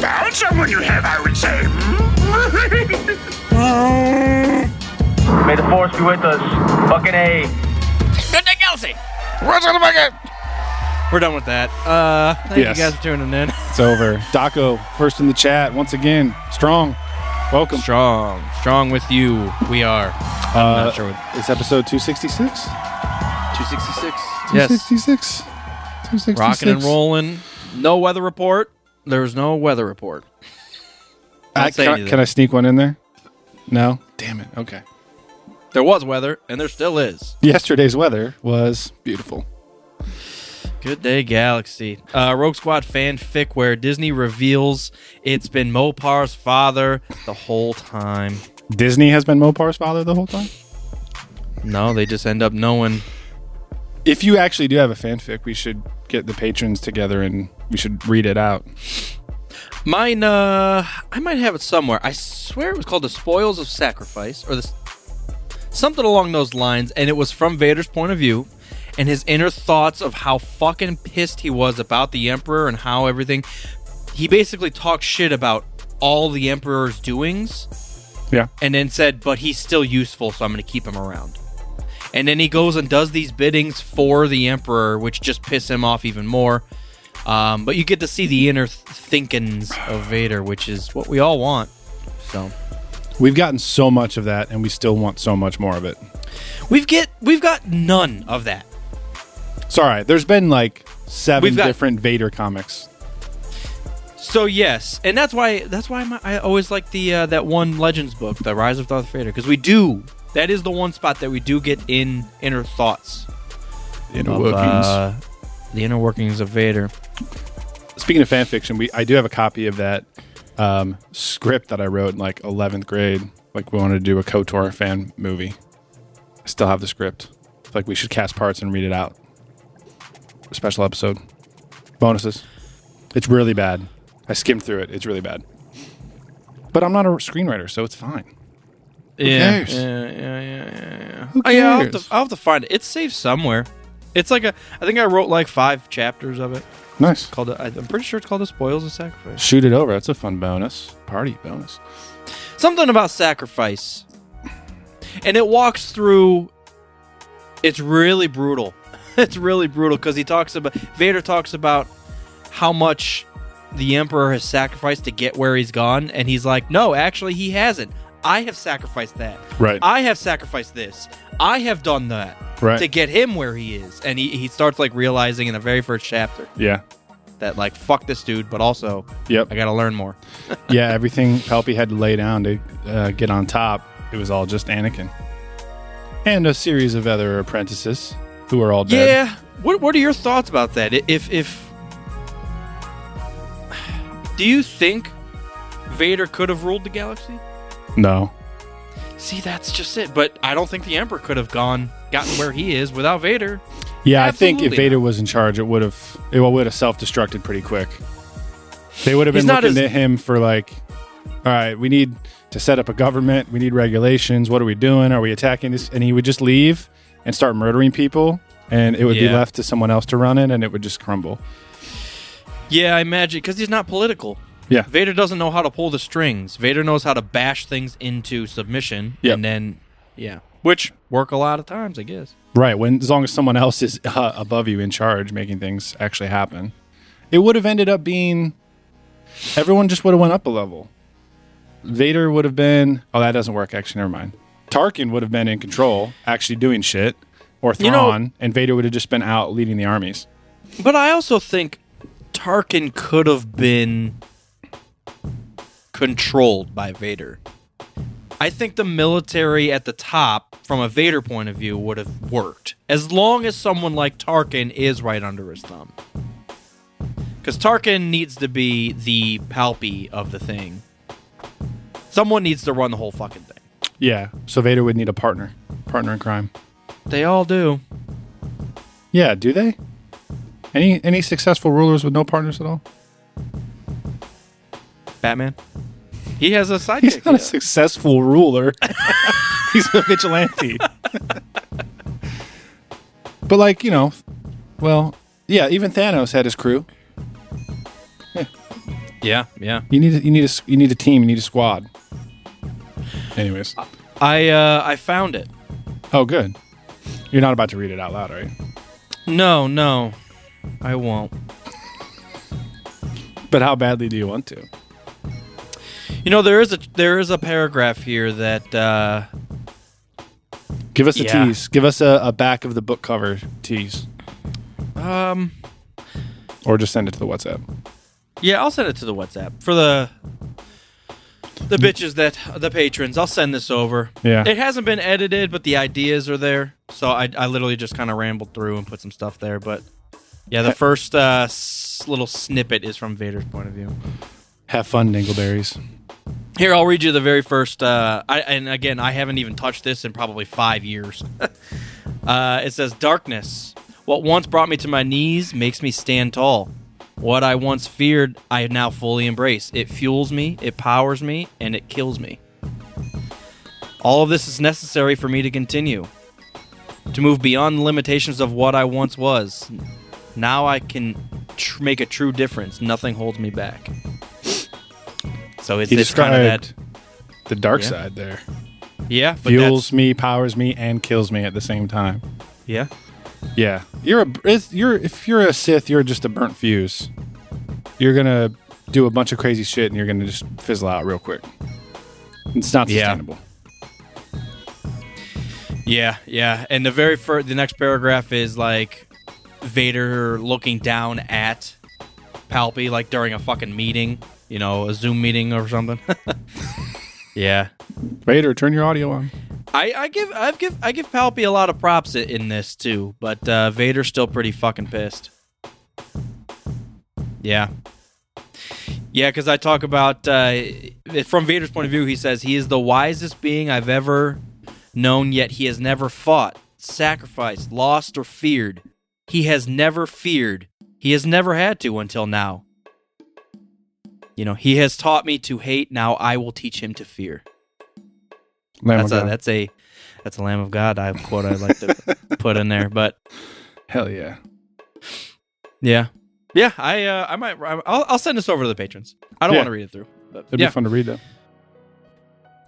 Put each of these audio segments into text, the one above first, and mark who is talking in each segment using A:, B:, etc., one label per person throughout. A: Found someone you have, I would say.
B: May the force be with us. Fucking A.
C: Good day, Kelsey.
D: We're done with that. Uh, thank
E: Yes.
D: you guys for tuning in.
E: It's over. Daco, first in the chat once again. Strong. Welcome.
D: strong, strong with you. We are. I'm not sure. What,
E: It's episode 266.
C: 266.
D: yes,
E: 266. 266.
D: rocking and rolling. No weather report. There was no weather report.
E: I,
D: Don't say
E: can,
D: anything.
E: can I sneak one in there? No? Damn it. Okay.
D: There was weather, and there still is.
E: Yesterday's weather was beautiful.
D: Good day, Galaxy. Uh, Rogue Squad fanfic where Disney reveals it's been Mopar's father the whole time.
E: Disney has been Mopar's father the whole time?
D: No, they just end up knowing.
E: If you actually do have a fanfic, we should get the patrons together and we should read it out.
D: Mine, uh, I might have it somewhere. I swear it was called The Spoils of Sacrifice or this, something along those lines, and it was from Vader's point of view and his inner thoughts of how fucking pissed he was about the Emperor and how everything. He basically talked shit about all the Emperor's doings.
E: Yeah.
D: And then said, but he's still useful, so I'm going to keep him around. And then he goes and does these biddings for the Emperor, which just piss him off even more. Um, but you get to see the inner th- thinkings of Vader, which is what we all want. So
E: We've gotten so much of that and we still want so much more of it.
D: we've get we've got none of that.
E: It's all right. There's been like seven
D: We've got-
E: different Vader comics.
D: So yes, and that's why that's why my, I always like the uh, that one Legends book, The Rise of Darth Vader, because we do that is the one spot that we do get in inner thoughts,
E: Inner
D: of, uh, the inner workings of Vader.
E: Speaking of fan fiction, we I do have a copy of that um, script that I wrote in like 11th grade. Like we wanted to do a KOTOR fan movie. I still have the script. It's like we should cast parts and read it out. A special episode. Bonuses. It's really bad. I skimmed through it. It's really bad. But I'm not a screenwriter, so it's fine.
D: Yeah,
E: cares?
D: yeah, yeah, yeah, yeah.
E: Who
D: Oh, yeah, I'll have, to,
E: cares?
D: I'll have to find it. It's saved somewhere. It's like a. I think I wrote like five chapters of it.
E: Nice.
D: Called. A, I'm pretty sure it's called "The Spoils of Sacrifice."
E: Shoot it over. That's a fun bonus. Party bonus.
D: Something about sacrifice, and it walks through. It's really brutal. It's really brutal because he talks about Vader talks about how much the Emperor has sacrificed to get where he's gone, and he's like, "No, actually, he hasn't. I have sacrificed that.
E: Right.
D: I have sacrificed this. I have done that."
E: Right.
D: to get him where he is. And he, he starts like realizing in the very first chapter
E: yeah.
D: that like fuck this dude, but also
E: Yep.
D: I gotta learn more.
E: yeah, everything Palpy had to lay down to uh, get on top, it was all just Anakin. And a series of other apprentices who are all dead.
D: Yeah. What what are your thoughts about that? I- If if do you think Vader could have ruled the galaxy?
E: No.
D: See, that's just it. But I don't think the Emperor could have gone gotten where he is without Vader.
E: Yeah, I think if
D: Absolutely
E: Vader was in charge, it would have it would have self destructed pretty quick. They would have
D: He's
E: been
D: not
E: looking
D: as-
E: at him for like, all right, we need to set up a government. We need regulations. What are we doing? Are we attacking this? And he would just leave and start murdering people, and it would be
D: Yeah.
E: left to someone else to run it, and it would just crumble.
D: Yeah, I imagine because he's not political.
E: Yeah.
D: Vader doesn't know how to pull the strings. Vader knows how to bash things into submission,
E: Yep.
D: and then yeah, which work a lot of times, I guess.
E: Right. When as long as someone else is uh, above you in charge, making things actually happen, it would have ended up being everyone just would have went up a level. Vader would have been. Oh, that doesn't work. Actually, never mind. Tarkin would have been in control, actually doing shit, or
D: You know-
E: Thrawn, and Vader would have just been out leading the armies.
D: But I also think Tarkin could have been controlled by Vader. I think the military at the top, from a Vader point of view, would have worked as long as someone like Tarkin is right under his thumb. Because Tarkin needs to be the palpy of the thing. Someone needs to run the whole fucking thing.
E: Yeah. So Vader would need a partner, partner in crime.
D: They all do.
E: Yeah. Do they? Any any successful rulers with no partners at all?
D: Batman. He has a
E: He's
D: sidekick.
E: not a successful ruler. He's a vigilante. but like you know, well, yeah. Even Thanos had his crew.
D: yeah, yeah.
E: You need a- you need a s- you need a team. You need a squad. Anyways,
D: I uh, I found it.
E: oh good. You're not about to read it out loud, right?
D: No, no, I won't.
E: But how badly do you want to?
D: You know there is a there is a paragraph here that uh,
E: Give us a
D: Yeah.
E: tease. Give us a, a back of the book cover tease,
D: um
E: or just send it to the WhatsApp.
D: yeah I'll send it to the WhatsApp for the the bitches that the patrons. I'll send this over.
E: Yeah.
D: it hasn't been edited, but the ideas are there. So I I literally just kind of rambled through and put some stuff there, but. Yeah, the first uh, s- little snippet is from Vader's point of view.
E: Have fun, Dingleberries.
D: Here, I'll read you the very first. Uh, I, and again, I haven't even touched this in probably five years. uh, it says, Darkness. What once brought me to my knees makes me stand tall. What I once feared, I now fully embrace. It fuels me, it powers me, and it kills me. All of this is necessary for me to continue, to move beyond the limitations of what I once was. Now I can tr- make a true difference. Nothing holds me back. So it's,
E: He
D: it's kind of that
E: described the dark
D: Yeah.
E: side there.
D: Yeah, but
E: Fuels me, powers me, and kills me at the same time.
D: that's- Yeah,
E: Yeah, you're a it's, you're if you're a Sith, you're just a burnt fuse. You're gonna do a bunch of crazy shit, and you're gonna just fizzle out real quick. It's not
D: Yeah.
E: sustainable.
D: yeah, yeah. And the very first, the next paragraph is like Vader looking down at Palpy, like during a fucking meeting, you know, a Zoom meeting or something. yeah,
E: Vader, turn your audio on.
D: I, I give, I give, I give Palpy a lot of props i- in this too, but uh, Vader's still pretty fucking pissed. Yeah. Yeah, because I talk about uh, from Vader's point of view, he says he is the wisest being I've ever known, yet he has never fought, sacrificed, lost, or feared. He has never feared. He has never had to until now. You know, he has taught me to hate. Now I will teach him to fear
E: Lamb
D: that's
E: of
D: a
E: God.
D: that's a that's a Lamb of God I quote I'd like to put in there. But
E: Hell yeah.
D: yeah, yeah, I uh, I might I'll, I'll send this over to the patrons. I don't
E: Yeah.
D: want to read it through. But
E: It'd
D: yeah,
E: be fun to read though.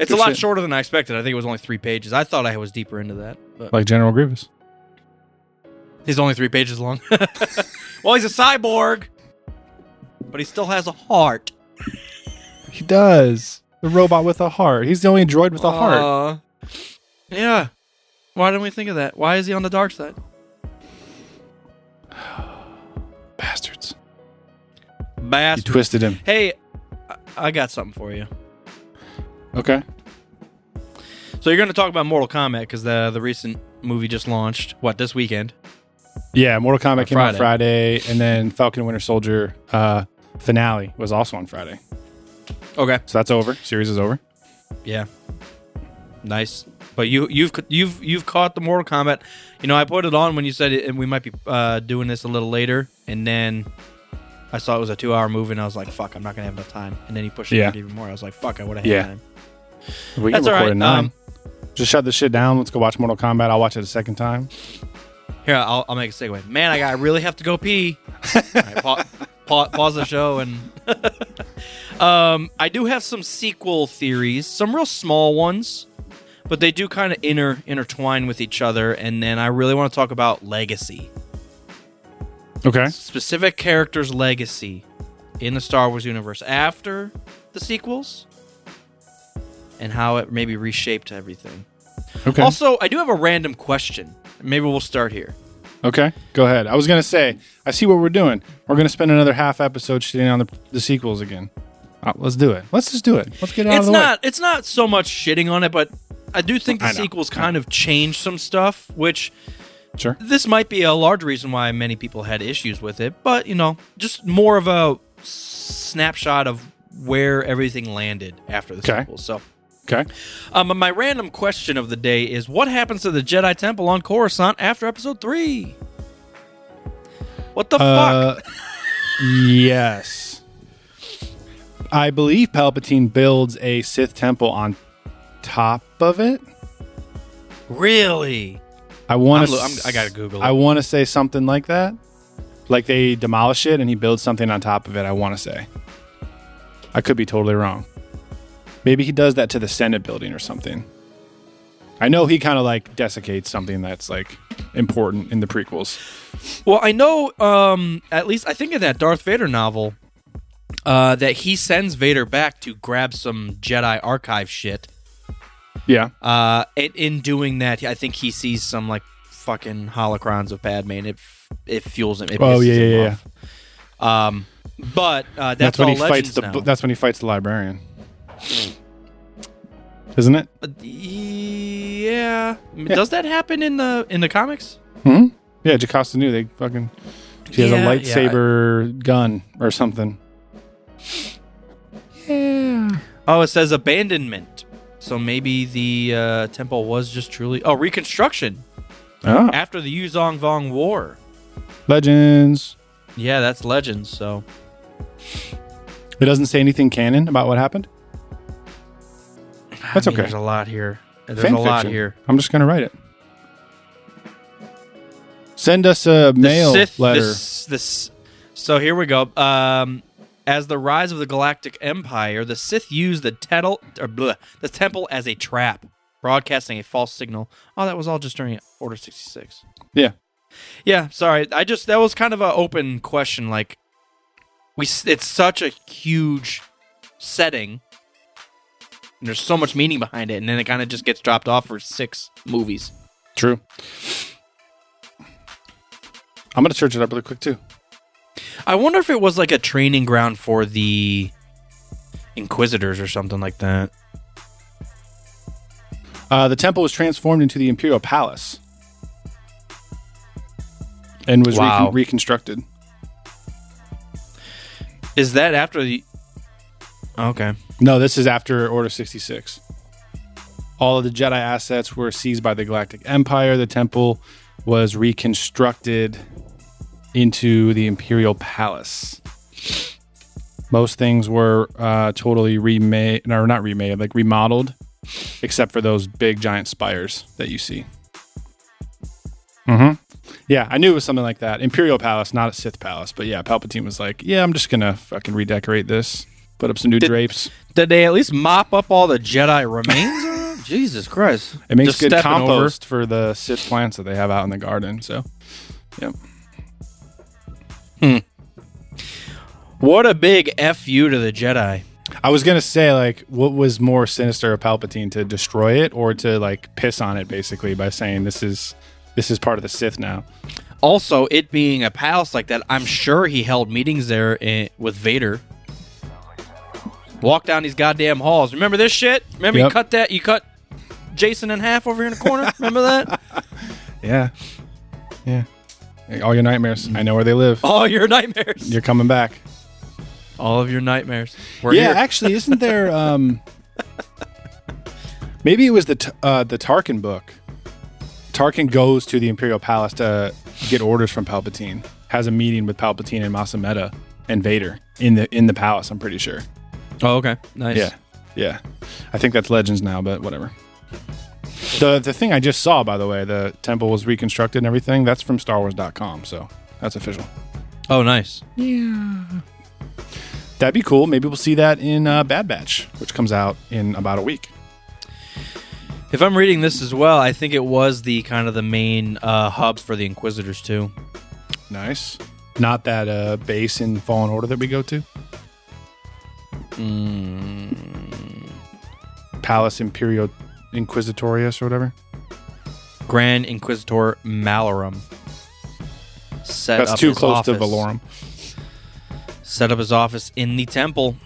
D: it's a lot
E: shit.
D: shorter than I expected. I think it was only three pages. I thought I was deeper into that, but
E: Like General Grievous.
D: he's only three pages long. well, he's a cyborg, but he still has a heart.
E: He does. The robot with a heart. He's the only droid with a
D: Uh,
E: heart.
D: Aw. yeah. Why didn't we think of that? Why is he on the dark side?
E: Bastards. You
D: Bastard.
E: twisted him.
D: Hey, I- I got something for you.
E: Okay.
D: So you're going to talk about Mortal Kombat because the the recent movie just launched. What this weekend?
E: Yeah, Mortal Kombat
D: On
E: came out Friday, and then Falcon and Winter Soldier uh, finale was also on Friday.
D: Okay.
E: So that's over. Series is over.
D: Yeah. Nice. But you you've you've you've caught the Mortal Kombat. You know, I put it on when you said it, and we might be uh, doing this a little later, and then. I saw it was a two-hour movie, and I was like, "Fuck, I'm not gonna have enough time." And then he pushed it
E: Yeah.
D: out even more. I was like, "Fuck, I would have had
E: Yeah.
D: time."
E: We
D: That's all right,
E: at nine.
D: um,
E: Just shut this shit down. Let's go watch Mortal Kombat. I'll watch it a second time.
D: Here, I'll, I'll make a segue. Man, I, got, I really have to go pee. All right, pa- pa- pause the show and. um, I do have some sequel theories, some real small ones, but they do kind of inter intertwine with each other. And then I really want to talk about legacy,
E: Okay.
D: specific characters' legacy in the Star Wars universe after the sequels, and how it maybe reshaped everything.
E: Okay.
D: Also, I do have a random question. Maybe we'll start here.
E: okay. Go ahead. I was gonna say. I see what we're doing. We're gonna spend another half episode shitting on the, the sequels again. Uh, let's do it. Let's just do it. Let's get it out of
D: it's
E: the way.
D: not it's not so much shitting on it but i do think the
E: I know.
D: sequels kind of changed some stuff which
E: Sure.
D: This might be a large reason why many people had issues with it, but you know, just more of a snapshot of where everything landed after the
E: Okay.
D: sequel. So,
E: Okay.
D: um, my random question of the day is: What happens to the Jedi Temple on Coruscant after Episode Three? What the fuck?
E: Uh, yes. I believe Palpatine builds a Sith temple on top of it.
D: Really?
E: I want
D: I'm
E: to.
D: lo- I'm- I gotta Google it.
E: I want to say something like that. Like they demolish it and he builds something on top of it. I want to say. I could be totally wrong. Maybe he does that to the Senate building or something. I know he kind of like desiccates something that's like important in the prequels.
D: Well, I know, um, at least I think in that Darth Vader novel, uh, that he sends Vader back to grab some Jedi archive shit.
E: Yeah.
D: Uh, and in doing that, I think he sees some like fucking holocrons of Padme, and it f- it fuels him. It
E: Oh,
D: pisses
E: yeah,
D: him
E: yeah, yeah.
D: off. Um, but uh, that's,
E: that's when
D: all
E: he fights
D: Legends
E: the.
D: now.
E: That's when he fights the librarian, isn't it?
D: Uh, yeah. Does that happen in the in the comics?
E: Yeah, Jocasta knew they fucking. She has
D: Yeah,
E: a
D: yeah.
E: lightsaber gun or something.
D: Oh, it says abandonment. So maybe the uh, temple was just truly oh reconstruction
E: Oh,
D: after the Yuzong Vong War.
E: legends.
D: Yeah, that's Legends. So
E: It doesn't say anything canon about what happened. That's
D: I mean,
E: okay.
D: There's a lot here. There's
E: Fan
D: a lot
E: fiction.
D: here.
E: I'm just gonna write it. Send us
D: The
E: a mail
D: Sith- the
E: letter.
D: s- the s- so here we go. Um, as the rise of the Galactic Empire, the Sith used the tettle, or bleh, the temple as a trap, broadcasting a false signal. Oh, that was all just during Order sixty six.
E: Yeah.
D: Yeah, sorry. I just that was kind of an open question. Like, we s- it's such a huge setting, and there's so much meaning behind it, and then it kind of just gets dropped off for six movies.
E: True. I'm gonna search it up really quick too.
D: I wonder if it was like a training ground for the Inquisitors or something like that.
E: Uh, the temple was transformed into the imperial palace and was
D: Wow.
E: recon- reconstructed.
D: Is that after the? Okay.
E: No, this is after Order 66. All of the Jedi assets were seized by the Galactic Empire. The temple was reconstructed into the Imperial Palace. Most things were uh, totally remade, or not remade, like remodeled, except for those big giant spires that you see. Mm-hmm. Yeah, I knew it was something like that. Imperial Palace, not a Sith Palace, but yeah, Palpatine was like, "Yeah, I'm just gonna fucking redecorate this, put up some new drapes."
D: Did they at least mop up all the Jedi remains? Jesus Christ!
E: It makes
D: Just
E: good
D: stepping over.
E: compost for the Sith plants that they have out in the garden. So, yep.
D: What a big f you to the Jedi.
E: I was gonna say like, what was more sinister of Palpatine to destroy it or to like piss on it, basically by saying this is this is part of the Sith now.
D: Also, it being a palace like that, I'm sure he held meetings there in, with Vader. Walk down these goddamn halls. Remember this shit? Remember you
E: Yep.
D: cut that? You cut Jason in half over here in the corner. Remember that?
E: Yeah, yeah. Like, all your nightmares. I know where they live.
D: All your nightmares.
E: You're coming back.
D: All of your nightmares. We're
E: yeah,
D: here.
E: actually, isn't there? um Maybe it was the t- uh, the Tarkin book. Tarkin goes to the Imperial Palace to get orders from Palpatine. Has a meeting with Palpatine and Masameta and Vader in the in the palace. I'm pretty sure.
D: Oh, okay. Nice.
E: Yeah, yeah. I think that's Legends now, but whatever. The the thing I just saw, by the way, the temple was reconstructed and everything. That's from StarWars.com, so that's official.
D: Oh, nice.
E: That'd be cool. Maybe we'll see that in uh, Bad Batch, which comes out in about a week.
D: If I'm reading this as well, I think it was the kind of the main uh, hub for the Inquisitors too.
E: Nice. Not that uh, base in Fallen Order that we go to. Hmm. Palace Imperio Inquisitorius or whatever.
D: Grand Inquisitor Malarum. Set
E: That's
D: up
E: too
D: his
E: close to
D: office-
E: Valorum.
D: Set up his office in the temple,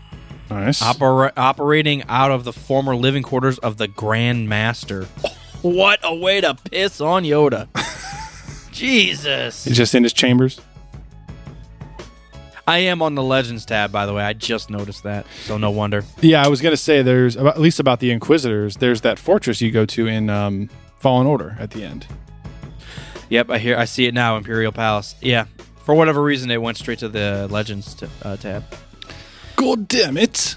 E: Nice.
D: opera- operating out of the former living quarters of the Grand Master. What a way to piss on Yoda! Jesus.
E: He's just in his chambers.
D: I am on the Legends tab, by the way. I just noticed that, so no wonder.
E: Yeah, I was gonna say there's about, at least about the Inquisitors. There's that fortress you go to in um, Fallen Order at the end.
D: Yep, I hear, I see it now. Imperial Palace. Yeah, for whatever reason, it went straight to the Legends t- uh, tab.
E: God damn it!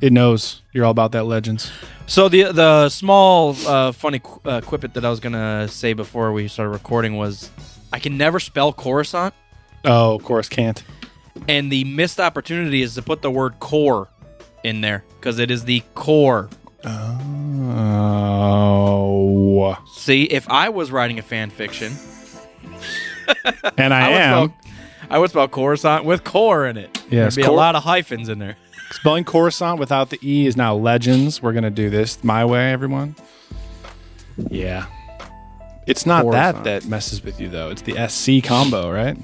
E: It knows you're all about that Legends.
D: So the the small uh, funny qu- uh, quippet that I was gonna say before we started recording was, I can never spell Coruscant,
E: Oh, of course, can't.
D: and the missed opportunity is to put the word core in there because it is the core.
E: Oh,
D: See, if I was writing a fan fiction,
E: and I,
D: I would
E: am
D: spell, I would spell Coruscant with core in it. There'd
E: Yes,
D: be
E: cor-
D: a lot of hyphens in there.
E: spelling Coruscant without the e is now Legends. We're gonna do this my way, everyone. Yeah, it's not
D: Coruscant.
E: that that messes with you though. It's the sc combo, right?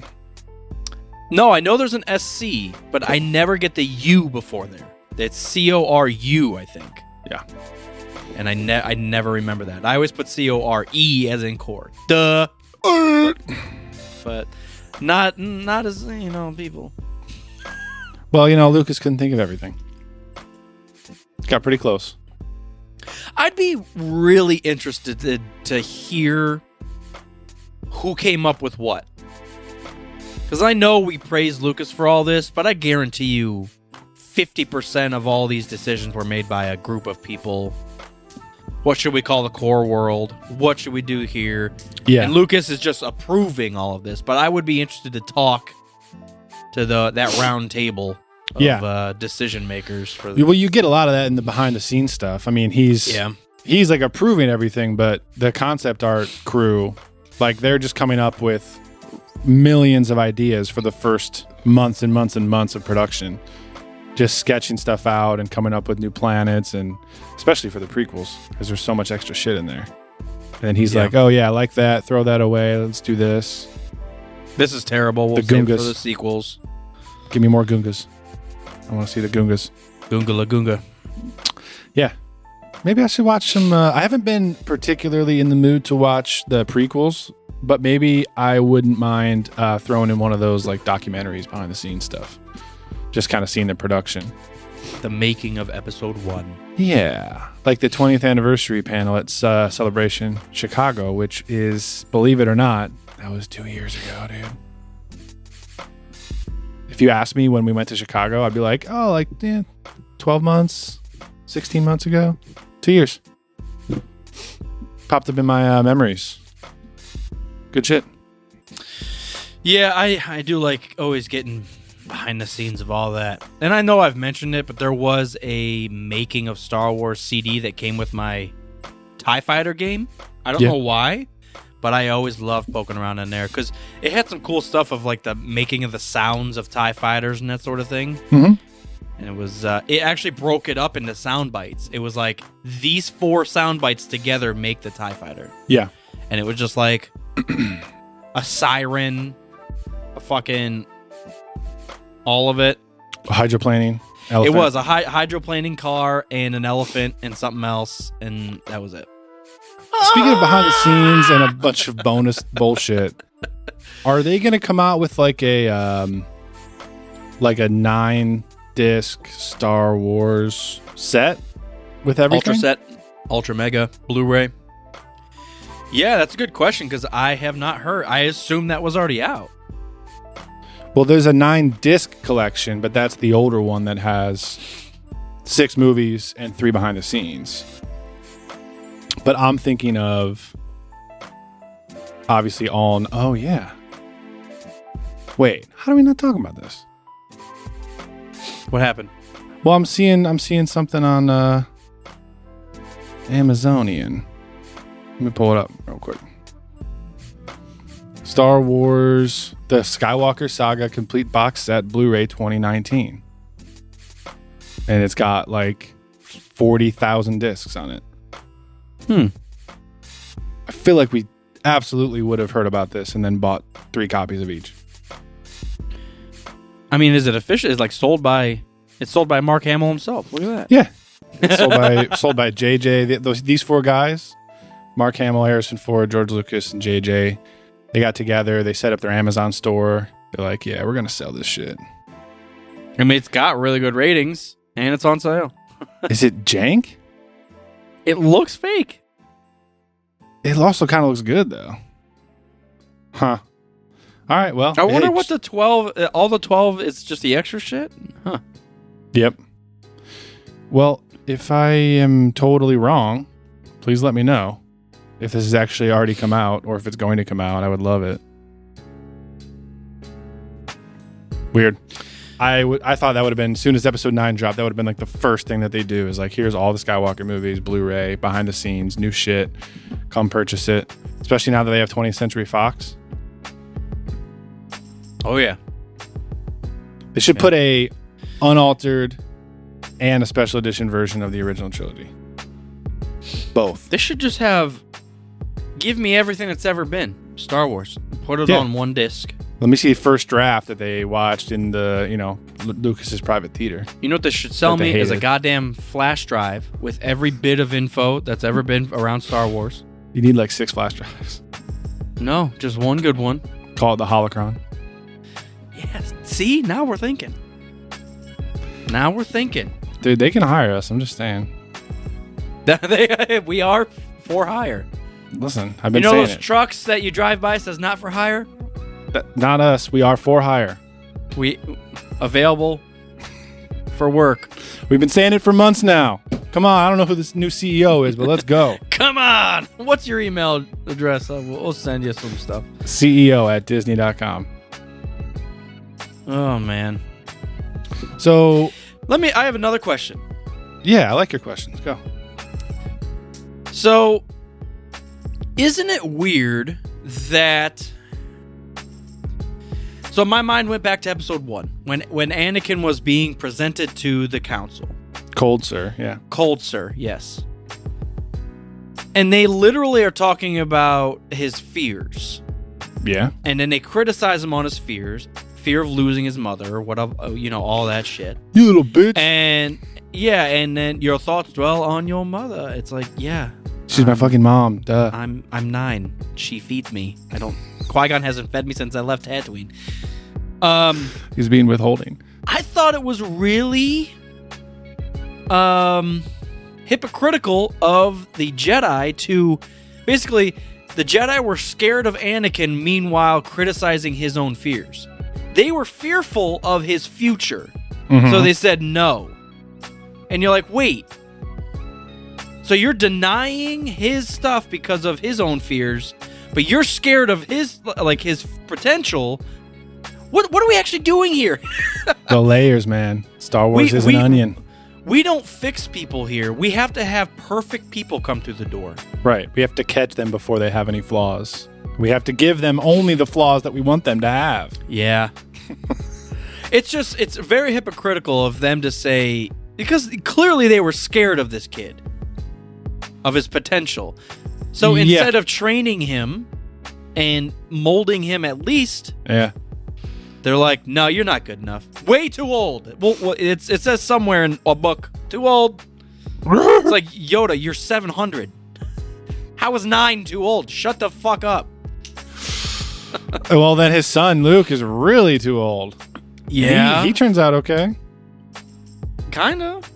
D: No, I know there's an SC, but I never get the U before there. It's C O R U, I think.
E: Yeah.
D: And I ne- I never remember that. I always put C O R E as in core. Duh. But not not as you know people.
E: Well, you know, Lucas couldn't think of everything. Got pretty close.
D: I'd be really interested to, to hear who came up with what. Because I know we praise Lucas for all this, but I guarantee you 50% of all these decisions were made by a group of people. What should we call the core world? What should we do here?
E: Yeah.
D: And Lucas is just approving all of this, but I would be interested to talk to the that round table of
E: Yeah.
D: uh, decision makers for the
E: Well, you get a lot of that in the behind the scenes stuff. I mean, he's
D: Yeah.
E: he's like approving everything, but the concept art crew, like they're just coming up with millions of ideas for the first months and months and months of production. Just sketching stuff out and coming up with new planets and especially for the prequels because there's so much extra shit in there. And he's
D: Yeah.
E: like, "Oh yeah, I like that. Throw that away. Let's do this.
D: This is terrible. We'll
E: The
D: save it
E: Goongas.
D: for the sequels.
E: Give me more Goongas. I want to see the Goongas."
D: Goonga Lagoonga.
E: Yeah. Maybe I should watch some. Uh, I haven't been particularly in the mood to watch the prequels, but maybe I wouldn't mind uh, throwing in one of those like documentaries behind the scenes stuff. Just kind of seeing the production.
D: The making of episode one.
E: Yeah. Like the 20th anniversary panel at uh, Celebration Chicago, which is, believe it or not, that was two years ago, dude. If you asked me when we went to Chicago, I'd be like, oh, like yeah, 12 months, 16 months ago, two years. Popped up in my uh, memories. Good shit.
D: Yeah, I, I do like always getting behind the scenes of all that. And I know I've mentioned it, but there was a making of Star Wars CD that came with my TIE Fighter game. I don't
E: Yeah.
D: know why, but I always love poking around in there because it had some cool stuff of like the making of the sounds of TIE Fighters and that sort of thing.
E: Mhm.
D: And it was, uh, it actually broke it up into sound bites. It was like these four sound bites together make the TIE Fighter.
E: Yeah.
D: and it was just like a siren, a fucking all of it.
E: Hydroplaning.
D: It
E: elephant.
D: was a hy- hydroplaning car and an elephant and something else, and that was it.
E: Speaking of behind the scenes and a bunch of bonus bullshit, are they going to come out with like a um, like a nine disc Star Wars set with everything?
D: Ultra set, ultra mega Blu-ray. Yeah, that's a good question because I have not heard. I assume that was already out.
E: Well, there's a nine disc collection, but that's the older one that has six movies and three behind the scenes. But I'm thinking of obviously on. Oh yeah. Wait, how do we not talk about this?
D: What happened?
E: Well, I'm seeing I'm seeing something on uh, Amazonian. Let me pull it up real quick. Star Wars: The Skywalker Saga Complete Box Set Blu-ray 2019, and it's got like forty thousand discs on it.
D: Hmm.
E: I feel like we absolutely would have heard about this and then bought three copies of each.
D: I mean, is it official? It's like sold by. It's sold by Mark Hamill himself. Look at that.
E: Yeah. It's sold by sold by JJ. Th- Those, these four guys, Mark Hamill, Harrison Ford, George Lucas, and JJ. They got together, they set up their Amazon store. They're like, yeah, we're going to sell this shit.
D: I mean, it's got really good ratings and it's on sale.
E: Is it jank?
D: It looks fake.
E: It also kind of looks good though. Huh. All right, well.
D: I wonder
E: hey,
D: what the 12, uh, all the 12 is just the extra shit? Huh.
E: Yep. Well, if I am totally wrong, please let me know. If this has actually already come out or if it's going to come out, I would love it. Weird. I would. I thought that would have been as soon as episode nine dropped. That would have been like the first thing that they do is like, here's all the Skywalker movies, Blu-ray, behind the scenes, new shit. Come purchase it. Especially now that they have 20th Century Fox.
D: Oh, yeah.
E: They should put a unaltered and a special edition version of the original trilogy. Both.
D: This should just have give me everything that's ever been Star Wars. Put it
E: Yeah.
D: on one disc.
E: Let me see the first draft that they watched in the you know Lu- Lucas's private theater.
D: You know what this should sell
E: That they
D: me is a
E: hated.
D: goddamn flash drive with every bit of info that's ever been around Star Wars.
E: You need like six flash drives.
D: No, just one good one.
E: Call it the Holocron.
D: Yes. See, now we're thinking. Now we're thinking.
E: Dude, they can hire us. I'm just saying.
D: They- we are for hire.
E: Listen, I've
D: You
E: been
D: know
E: saying
D: those
E: it.
D: trucks that you drive by says not for hire?
E: That- not us. We are for hire.
D: We available for work.
E: We've been saying it for months now. Come on, I don't know who this new CEO is, but let's go.
D: Come on. What's your email address? Uh, We'll we'll send you some stuff.
E: CEO E at Disney.com.
D: Oh man.
E: So
D: Let me I have another question.
E: yeah, I like your questions. Go.
D: So, isn't it weird that? So my mind went back to episode one when when Anakin was being presented to the council.
E: Cold sir. Yeah.
D: Cold, sir. Yes. And they literally are talking about his fears,
E: Yeah.
D: and then they criticize him on his fears, fear of losing his mother, what of- oh, you know, all that shit.
E: You little bitch.
D: And yeah, and then your thoughts dwell on your mother. It's like, yeah,
E: She's my fucking mom. Duh.
D: I'm I'm nine. She feeds me. I don't. Qui Gon hasn't fed me since I left Tatooine. Um,
E: He's being withholding.
D: I thought it was really, um, hypocritical of the Jedi to basically the Jedi were scared of Anakin, meanwhile criticizing his own fears. They were fearful of his future, so they said no. And you're like, wait. So you're denying his stuff because of his own fears, but you're scared of his like his potential. What what are we actually doing here?
E: the layers, man. Star Wars
D: We-
E: is
D: we-
E: an onion.
D: We don't fix people here. We have to have perfect people come through the door.
E: Right. We have to catch them before they have any flaws. We have to give them only the flaws that we want them to have.
D: Yeah. it's just it's very hypocritical of them to say because clearly they were scared of this kid of his potential. So
E: Yeah.
D: instead of training him and molding him at least,
E: Yeah.
D: they're like, "No, you're not good enough. Way too old." Well, well it's it says somewhere in a book, "Too old." it's like Yoda, you're 700. How is 9 too old? Shut the fuck up.
E: Well, then his son Luke is really too old. He, he turns out okay.
D: kind of.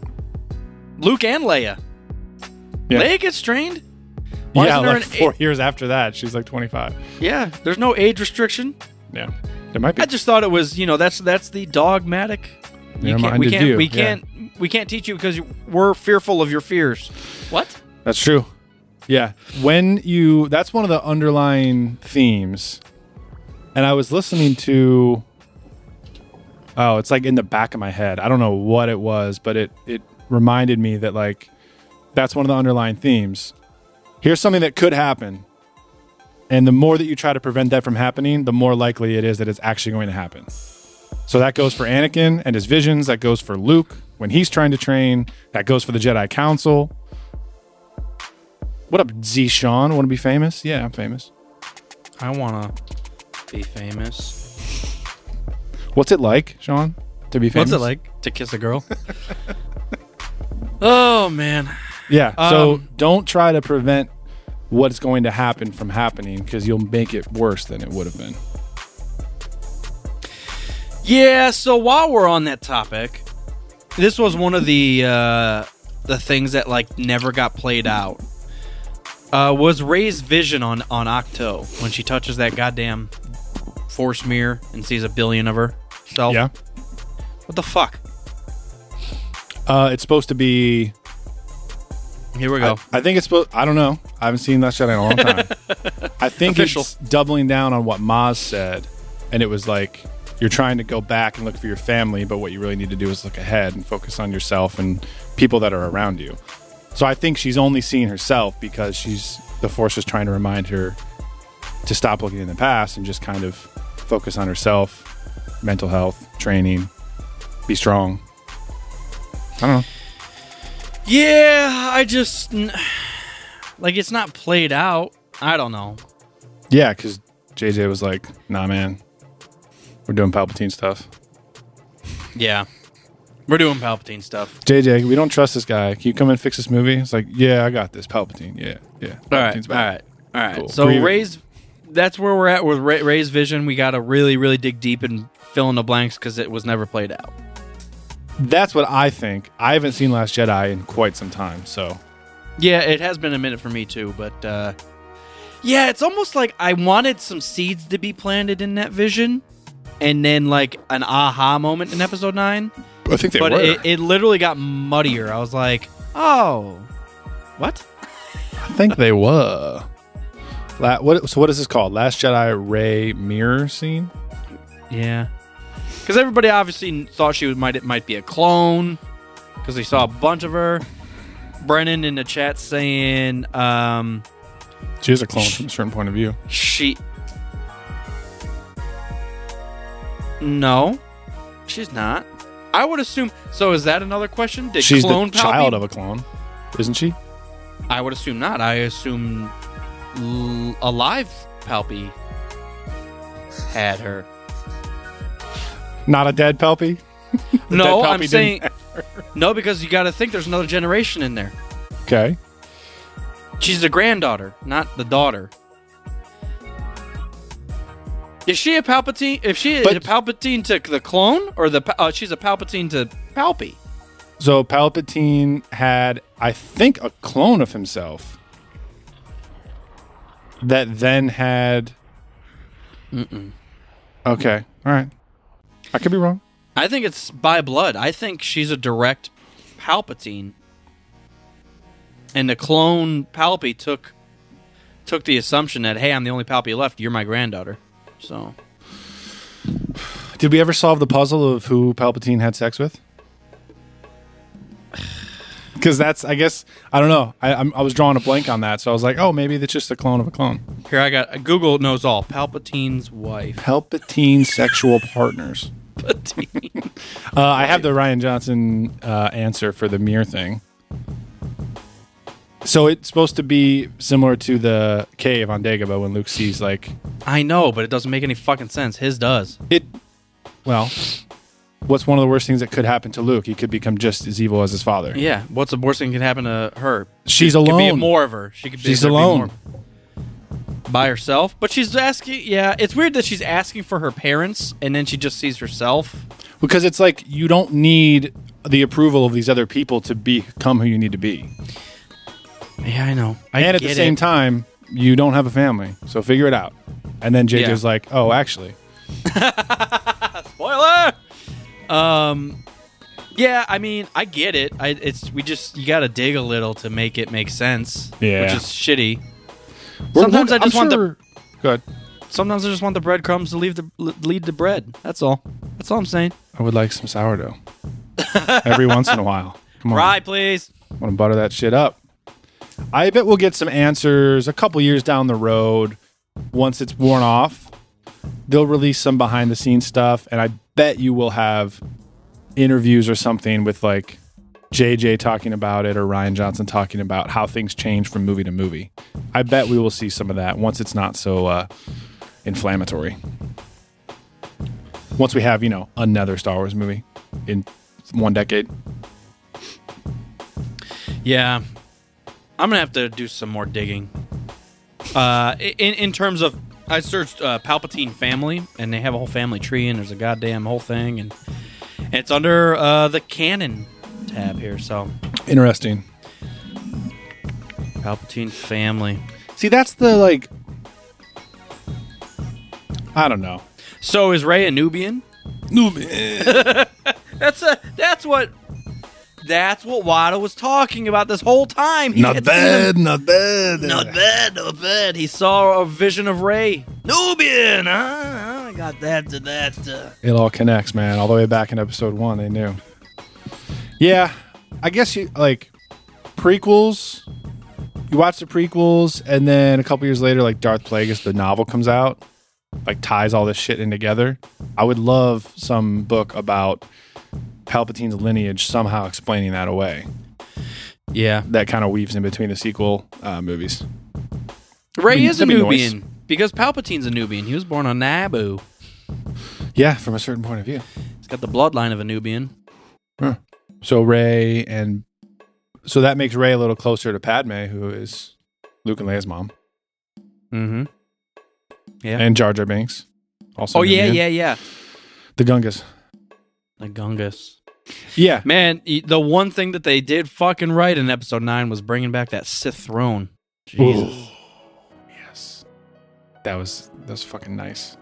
D: Luke and Leia.
E: Yeah.
D: Leia gets trained. Why
E: yeah,
D: isn't there
E: like
D: an
E: four years after that, she's like 25.
D: Yeah, there's no age restriction.
E: Yeah. There might be.
D: I just thought it was, you know, that's that's the dogmatic.
E: They're
D: we
E: minded
D: can't
E: you,
D: we
E: yeah.
D: can't we can't teach you because you, we're fearful of your fears. What?
E: That's true. Yeah. When you, that's one of the underlying themes. And I was listening to, oh, it's like in the back of my head. I don't know what it was, but it, it reminded me that, like, that's one of the underlying themes. Here's something that could happen. And the more that you try to prevent that from happening, the more likely it is that it's actually going to happen. So that goes for Anakin and his visions. That goes for Luke when he's trying to train. That goes for the Jedi Council. What up, Z Sean? Want to be famous? Yeah, I'm famous.
D: I wanna be famous.
E: What's it like, Sean, to be famous?
D: What's it like to kiss a girl? oh man.
E: Yeah. so
D: Um,
E: don't try to prevent what's going to happen from happening because you'll make it worse than it would have been.
D: Yeah, so while we're on that topic, this was one of the uh, the things that like never got played out. Uh, was Ray's vision on on Octo when she touches that goddamn force mirror and sees a billion of herself?
E: Yeah.
D: What the fuck?
E: Uh, it's supposed to be.
D: Here we go.
E: I think it's supposed. I don't know. I haven't seen that shit in a long time. I think
D: Official.
E: it's doubling down on what Maz said, and it was like you're trying to go back and look for your family, but what you really need to do is look ahead and focus on yourself and people that are around you. So I think she's only seeing herself because she's the force is trying to remind her to stop looking in the past and just kind of focus on herself, mental health, training, be strong. I don't know.
D: yeah, I just n- like it's not played out. I don't know.
E: Yeah, because JJ was like, "Nah, man, we're doing Palpatine stuff."
D: Yeah, we're doing Palpatine stuff.
E: JJ, we don't trust this guy. Can you come and fix this movie? It's like, yeah, I got this. Palpatine. Yeah, yeah.
D: All right,
E: Palpatine's
D: all right,
E: back.
D: all right.
E: Cool.
D: So
E: Breathe it.
D: Ray's, that's where we're at with Ray, Ray's vision. We got to really, really dig deep and fill in the blanks because it was never played out.
E: That's what I think. I haven't seen Last Jedi in quite some time, so
D: Yeah, it has been a minute for me too, but uh, yeah, it's almost like I wanted some seeds to be planted in that vision, and then like an aha moment in Episode Nine.
E: I think they
D: but it, it literally got muddier. I was like, oh, what?
E: I think they were. La- what? So what is this called? Last Jedi Ray mirror scene?
D: Yeah, because everybody obviously thought she was, might it might be a clone because they saw a bunch of her. Brennan in the chat saying um,
E: She is a clone from a certain point of view.
D: she. No, she's not. I would assume. So is that another question? Did
E: She's the
D: clone
E: child
D: Palpatine-
E: of a clone, isn't she?
D: I would assume not. I assume l- alive Palpy had her.
E: Not a dead Palpy.
D: no,
E: Palpy
D: I'm
E: didn't
D: saying no because you got to think there's another generation in there.
E: Okay.
D: She's the granddaughter, not the daughter. Is she a Palpatine? If she
E: But-
D: is a Palpatine to the clone, or the Pa- uh, she's a Palpatine to Palpy?
E: So Palpatine had, I think, a clone of himself that then had. Okay, all right. I could be wrong.
D: I think it's by blood. I think she's a direct Palpatine, and the clone Palpy took took the assumption that hey, I'm the only Palpy left. You're my granddaughter. So
E: Did we ever solve the puzzle of who Palpatine had sex with? Because that's, I guess, I don't know. I, I'm, I was drawing a blank on that, so I was like, oh, maybe that's just a clone of a clone.
D: here I got Google knows all. Palpatine's wife.
E: Palpatine sexual partners. Uh, I have the Ryan Johnson uh, answer for the mirror thing. So it's supposed to be similar to the cave on Dagobah when Luke sees like
D: I know, but it doesn't make any fucking sense. His does.
E: it. Well, what's one of the worst things that could happen to Luke? He could become just as evil as his father.
D: Yeah, what's the worst thing can happen to her?
E: She's
D: Could be
E: alone.
D: more of her. She could be
E: She's
D: there'd be
E: alone.
D: more- by herself. But she's asking. Yeah, it's weird that she's asking for her parents, and then she just sees herself.
E: because it's like you don't need the approval of these other people to become who you need to be.
D: Yeah, I know. I
E: and at the
D: get
E: same
D: it.
E: time, you don't have a family, so figure it out. And then JJ's like, "Oh, actually,
D: spoiler. Um, yeah, I mean, I get it. I it's we just you got to dig a little to make it make sense.
E: Yeah.
D: which is shitty.
E: We're-
D: Sometimes
E: we're-
D: I just want the-
E: Go ahead.
D: Sometimes I just want the breadcrumbs to leave the lead the bread. That's all. That's all I'm saying.
E: I would like some sourdough every once in a while. Come on,
D: Rye, please.
E: want to butter that shit up. I bet we'll get some answers a couple years down the road. Once it's worn off, they'll release some behind the scenes stuff, and I bet you will have interviews or something with like JJ talking about it or Ryan Johnson talking about how things change from movie to movie. I bet we will see some of that once it's not so uh, inflammatory. Once we have, you know, another Star Wars movie in one decade.
D: Yeah, I'm gonna have to do some more digging. Uh, in in terms of, I searched uh, Palpatine family, and they have a whole family tree, and there's a goddamn whole thing, and, and it's under uh, the canon tab here. So
E: Interesting.
D: Palpatine family.
E: See, that's the like. I don't know.
D: So is Ray a Nubian? That's a that's what that's what Wada was talking about this whole time. He had seen him-
E: not bad.
D: Not bad, not bad. He saw a vision of Ray. Nubian, huh? I got that to that. Uh.
E: It all connects, man. All the way back in episode one, they knew. Yeah, I guess you like prequels. You watch the prequels, and then a couple years later, like Darth Plagueis, the novel comes out, like ties all this shit in together. I would love some book about Palpatine's lineage somehow explaining that away.
D: Yeah.
E: That kind of weaves in between the sequel uh, movies.
D: Ray
E: That'd be-
D: is a
E: that'd be nice.
D: Nubian because Palpatine's a Nubian. He was born on Naboo.
E: Yeah, from a certain point of view.
D: He's got the bloodline of a Nubian.
E: So Ray and so that makes Ray a little closer to Padme, who is Luke and Leia's mom,
D: Mm-hmm. Yeah.
E: and Jar Jar Binks. Also,
D: oh yeah,
E: Nubian.
D: yeah, yeah.
E: the Gungas.
D: The Gungus.
E: Yeah,
D: Man, y- the one thing that they did fucking right in episode nine was bringing back that Sith throne. Jesus.
E: yes, that was that was fucking nice.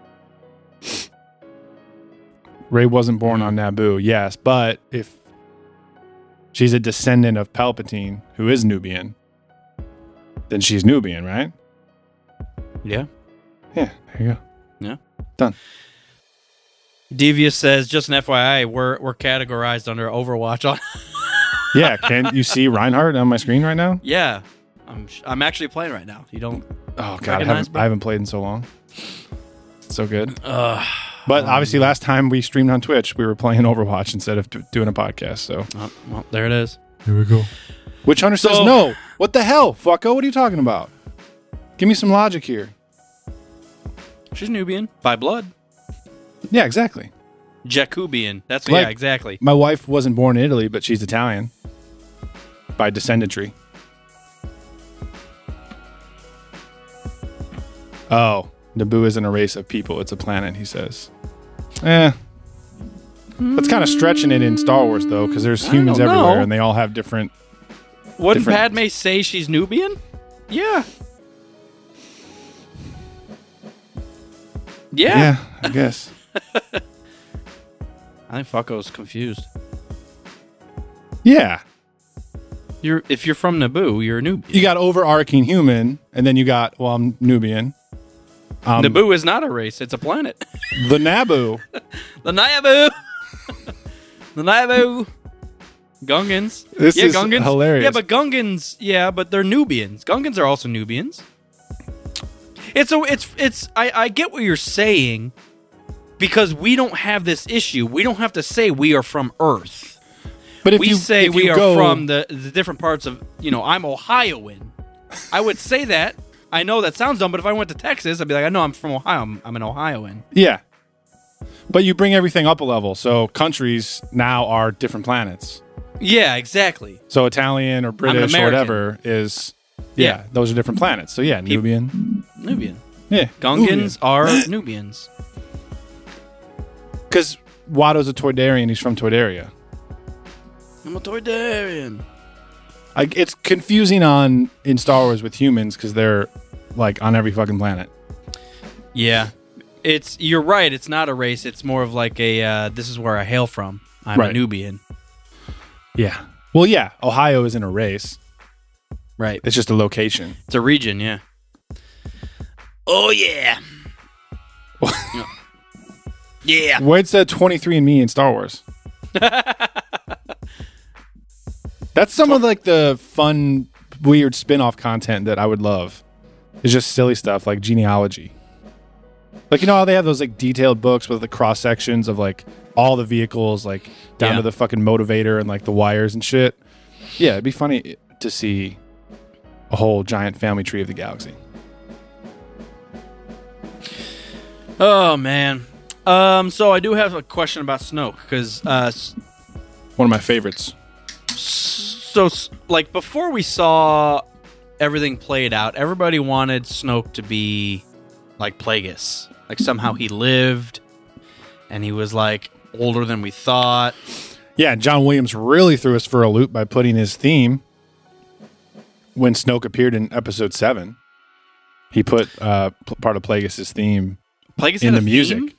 E: Ray wasn't born on Naboo, yes, but if she's a descendant of Palpatine, who is Nubian, then she's Nubian, right?
D: Yeah.
E: Yeah, there you go.
D: Devious says, just an FYI, we're we're categorized under Overwatch. On
E: Yeah, can you see Reinhardt on my screen right now?
D: yeah, I'm sh- I'm actually playing right now. You don't.
E: Oh god, I
D: Recognize
E: haven't,
D: me?
E: I haven't played in so long. So good. but obviously, last time we streamed on Twitch, we were playing Overwatch instead of d- doing a podcast. So
D: Oh, well, there it is.
E: Witch Hunter says
D: So-
E: no. What the hell, fucko? What are you talking about? Give me some logic here.
D: She's Nubian by blood,
E: Yeah, exactly.
D: Jacobian. That's yeah,
E: Like-
D: exactly.
E: My wife wasn't born in Italy, but she's Italian by descendantry. Oh, Naboo isn't a race of people; it's a planet. He says. Eh. That's kind of stretching it in Star Wars, though, because there's humans
D: don't know.
E: everywhere, and they all have different.
D: Wouldn't
E: different-
D: Padme say she's Nubian?
E: Yeah.
D: Yeah.
E: Yeah, I guess.
D: I think Fucko's confused.
E: Yeah.
D: You're if you're from Naboo, you're a Nubian.
E: You got overarching human, and then you got well, I'm Nubian. Um,
D: Naboo is not a race; it's a planet.
E: The Naboo.
D: The Naboo. the Naboo. Gungans.
E: This
D: yeah,
E: is
D: Gungans.
E: hilarious.
D: Yeah, but Gungans, yeah, but they're Nubians. Gungans are also Nubians. It's a it's it's I, I get what you're saying because we don't have this issue. We don't have to say we are from Earth.
E: But if
D: we
E: you
D: say
E: if
D: we
E: you
D: are
E: go-
D: from the, the different parts of you know, I'm Ohioan. I would say that. I know that sounds dumb, but if I went to Texas, I'd be like, I know I'm from Ohio. I'm, I'm an Ohioan.
E: Yeah. But you bring everything up a level. So countries now are different planets.
D: Yeah, exactly.
E: So Italian or British or
D: American.
E: whatever is yeah,
D: Yeah.
E: those are different planets. So yeah, Nubian.
D: Nubian.
E: Yeah.
D: Gungans are Nubians.
E: Because Watto's a Toydarian, he's from Toydaria.
D: I'm a Toydarian.
E: Like it's confusing on in Star Wars with humans because they're like on every fucking planet.
D: Yeah, it's you're right. It's not a race. It's more of like a uh, this is where I hail from. I'm a
E: Right.
D: Nubian.
E: Yeah. Well, yeah, Ohio isn't a race.
D: Right.
E: It's just a location.
D: It's a region. Yeah. Oh yeah. yeah.
E: What's that 23andMe in Star Wars? That's some of like the fun, weird spin-off content that I would love. It's just silly stuff like genealogy. Like you know how they have those like detailed books with the cross sections of like all the vehicles, like down
D: Yeah.
E: to the fucking motivator and like the wires and shit. Yeah, it'd be funny to see a whole giant family tree of the galaxy.
D: Oh man. Um. So I do have a question about Snoke because uh, s-
E: One of my favorites.
D: so s- like before we saw everything played out, everybody wanted Snoke to be like Plagueis. Like somehow he lived and he was like older than we thought.
E: Yeah, and John Williams really threw us for a loop by putting his theme when Snoke appeared in episode seven. He put uh, p- part of Plagueis' theme
D: Plagueis
E: in
D: had
E: the
D: a
E: music.
D: theme?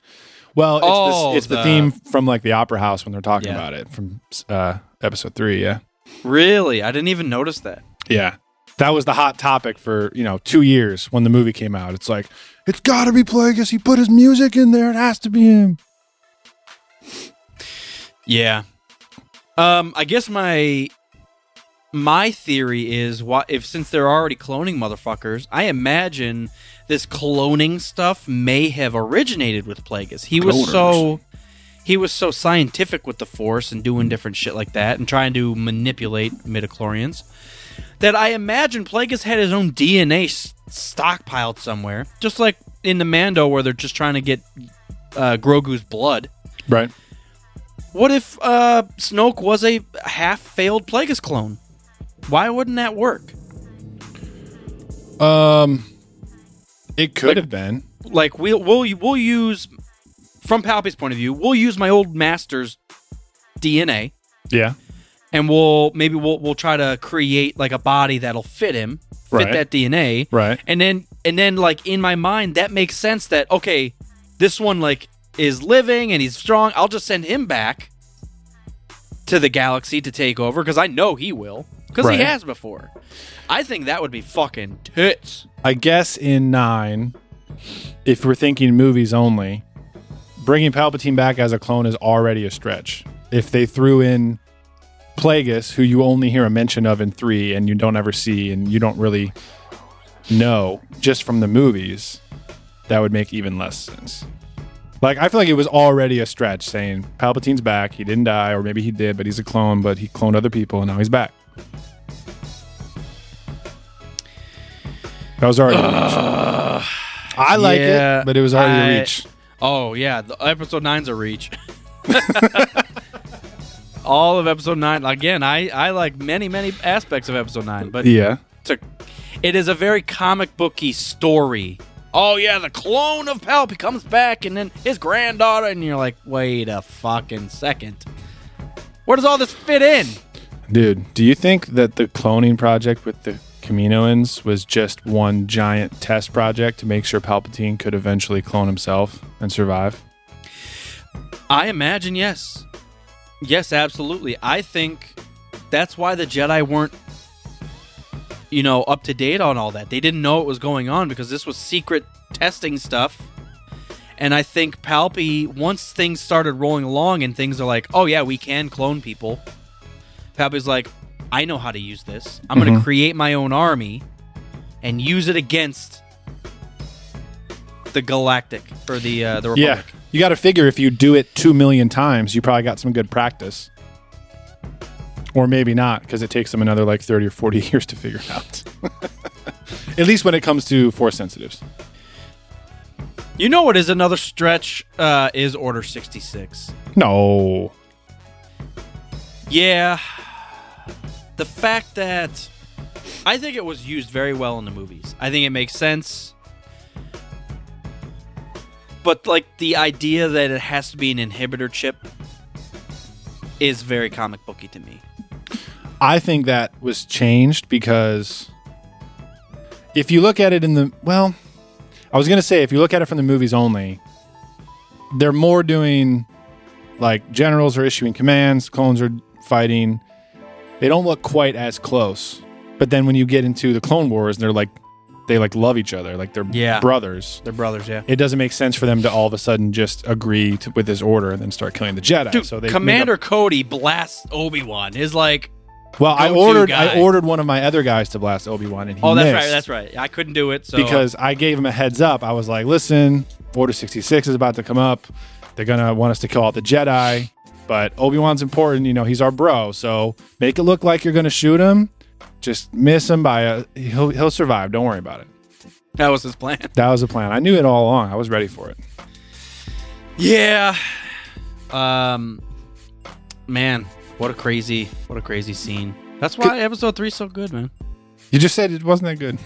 E: Well, it's,
D: Oh,
E: this, it's the,
D: the-
E: theme from like the opera house when they're talking
D: Yeah.
E: about it from uh, episode three. Yeah,
D: Really? I didn't even notice that.
E: yeah, that was the hot topic for you know two years when the movie came out. It's like it's got to be Plagueis. He put his music in there. It has to be him.
D: Yeah. Um, I guess my my theory is why if since they're already cloning motherfuckers, I imagine this cloning stuff may have originated with Plagueis. He was so he was so scientific with the force and doing different shit like that and trying to manipulate midichlorians that I imagine Plagueis had his own DNA s- stockpiled somewhere, just like in the Mando where they're just trying to get uh, Grogu's blood.
E: Right.
D: What if uh, Snoke was a half failed Plagueis clone? Why wouldn't that work?
E: Um, it could have been.
D: Like we'll we'll, we'll use from Palpy's point of view, we'll use my old master's DNA,
E: Yeah.
D: and we'll maybe we'll we'll try to create like a body that'll fit him, fit
E: Right.
D: that DNA,
E: Right.
D: and then and then like in my mind that makes sense that okay, this one like is living and he's strong. I'll just send him back to the galaxy to take over because I know he will because
E: Right.
D: he has before. I think that would be fucking tits.
E: I guess in nine, if we're thinking movies only, bringing Palpatine back as a clone is already a stretch. If they threw in Plagueis, who you only hear a mention of in three and you don't ever see and you don't really know just from the movies, that would make even less sense. Like, I feel like it was already a stretch saying Palpatine's back. He didn't die, or maybe he did, but he's a clone, but he cloned other people and now he's back. That was already a reach. I like
D: yeah,
E: it, but it was already
D: I-
E: a reach.
D: Oh yeah, the episode nine's a reach. All of episode nine. Again, I I like many many aspects of episode nine, but
E: Yeah.
D: it's a, it is a very comic booky story. Oh yeah, the clone of Palpy comes back, and then his granddaughter, and you're like, wait a fucking second, where does all this fit in?
E: Dude, do you think that the cloning project with the Kaminoans was just one giant test project to make sure Palpatine could eventually clone himself and survive?
D: I imagine yes, yes, absolutely. I think that's why the Jedi weren't, you know, up to date on all that. They didn't know what was going on because this was secret testing stuff. And I think Palpy, once things started rolling along and things are like, oh yeah, we can clone people, Palpy's like, I know how to use this. I'm going to create my own army and use it against the Galactic or the uh, the Republic.
E: Yeah. You got to figure if you do it 2 million times, you probably got some good practice. Or maybe not because it takes them another like 30 or 40 years to figure it out. At least when it comes to force sensitives.
D: You know what is another stretch uh, is Order 66.
E: No.
D: Yeah. The fact that I think it was used very well in the movies. I think it makes sense. But like the idea that it has to be an inhibitor chip is very comic booky to me.
E: I think that was changed because if you look at it in the well, I was gonna say if you look at it from the movies only, they're more doing like generals are issuing commands, clones are fighting. They don't look quite as close. But then when you get into the Clone Wars, they're like they like love each other, like they're
D: Yeah.
E: brothers.
D: They're brothers, yeah.
E: It doesn't make sense for them to all of a sudden just agree to, with this order and then start killing the Jedi.
D: Dude,
E: so they made up-
D: Commander Cody blasts Obi-Wan. Is like,
E: Well, I
D: go-to
E: ordered
D: guy.
E: I ordered one of my other guys to blast Obi Wan, and he
D: "Oh, that's right,
E: missed.
D: that's right. I couldn't do it." So
E: because I gave him a heads up. I was like, listen, Order 66 is about to come up. They're going to want us to kill all the Jedi, but Obi Wan's important. You know, he's our bro. So make it look like you're going to shoot him. Just miss him by a. He'll, he'll survive. Don't worry about it.
D: that was his plan.
E: That was the plan. I knew it all along. I was ready for it.
D: Yeah. Um man, what a crazy what a crazy scene. That's why episode three's so good, man.
E: You just said it wasn't that good.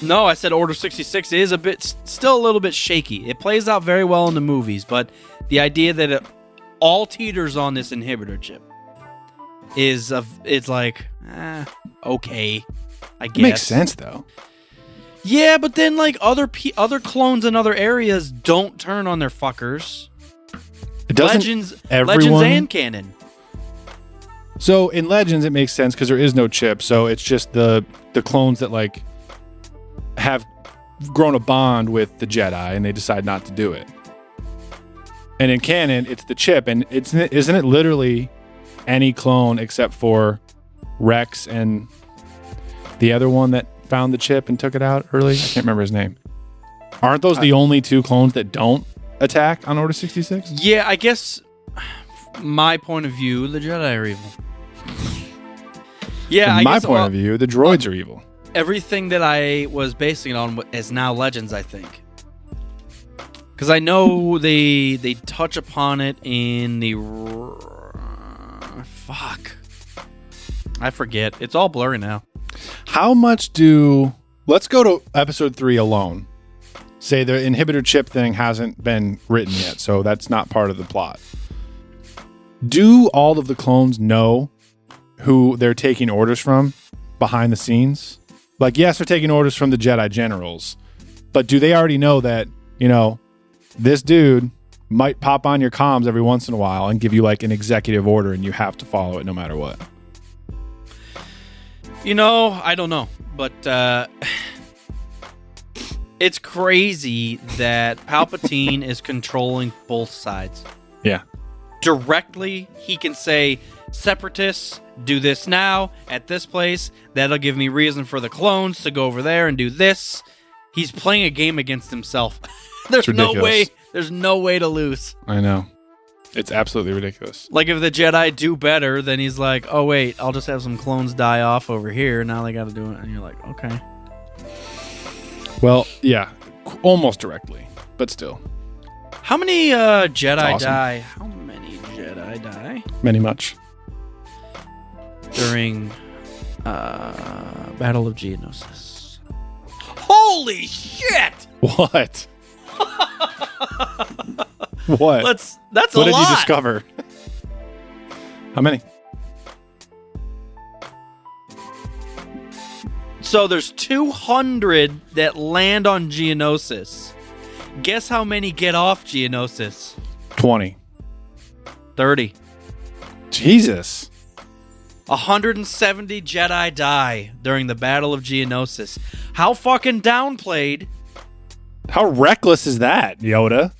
D: No, I said Order 66 is a bit, still a little bit shaky. It plays out very well in the movies, but the idea that it all teeters on this inhibitor chip is, a, it's like, eh, okay, I guess.
E: It Makes sense though.
D: Yeah, but then like other pe- other clones in other areas don't turn on their fuckers.
E: It doesn't
D: Legends,
E: everyone-
D: Legends and canon.
E: So in Legends, it makes sense because there is no chip, so it's just the the clones that like have grown a bond with the Jedi, and they decide not to do it. And in canon, it's the chip, and it's isn't it literally any clone except for Rex and the other one that found the chip and took it out early? I can't remember his name. Aren't those the only two clones that don't attack on Order sixty six?
D: Uh, Yeah, I guess my point of view, the Jedi are evil. Yeah, I
E: From my
D: guess,
E: point
D: well,
E: of view, the droids are evil.
D: everything that I was basing it on wa- is now Legends, I think. Because I know they they touch upon it in the r- fuck, I forget. It's all blurry now.
E: How much do let's go to episode three alone? Say the inhibitor chip thing hasn't been written yet, so that's not part of the plot. Do all of the clones know who they're taking orders from behind the scenes? Like, yes, they're taking orders from the Jedi generals, but do they already know that, you know, this dude might pop on your comms every once in a while and give you like an executive order and you have to follow it no matter what?
D: You know, I don't know, but uh, it's crazy that Palpatine is controlling both sides.
E: Yeah.
D: directly he can say separatists do this now at this place that'll give me reason for the clones to go over there and do this he's playing a game against himself there's
E: It's
D: no way
E: ridiculous.
D: there's no way to lose
E: I know. It's absolutely ridiculous.
D: like if the jedi do better then he's like oh wait i'll just have some clones die off over here now they gotta do it and you're like okay
E: Well, yeah, qu- almost directly, but still,
D: how many uh jedi
E: Awesome.
D: die how many jedi die
E: many much.
D: during uh battle of geonosis holy shit
E: What? what?
D: Let's. That's
E: what
D: a
E: did
D: lot.
E: you discover? How many?
D: So there's 200 that land on Geonosis. Guess how many get off Geonosis?
E: Twenty.
D: 30.
E: Jesus.
D: 170 Jedi die during the Battle of Geonosis. How fucking downplayed?
E: How reckless is that, Yoda?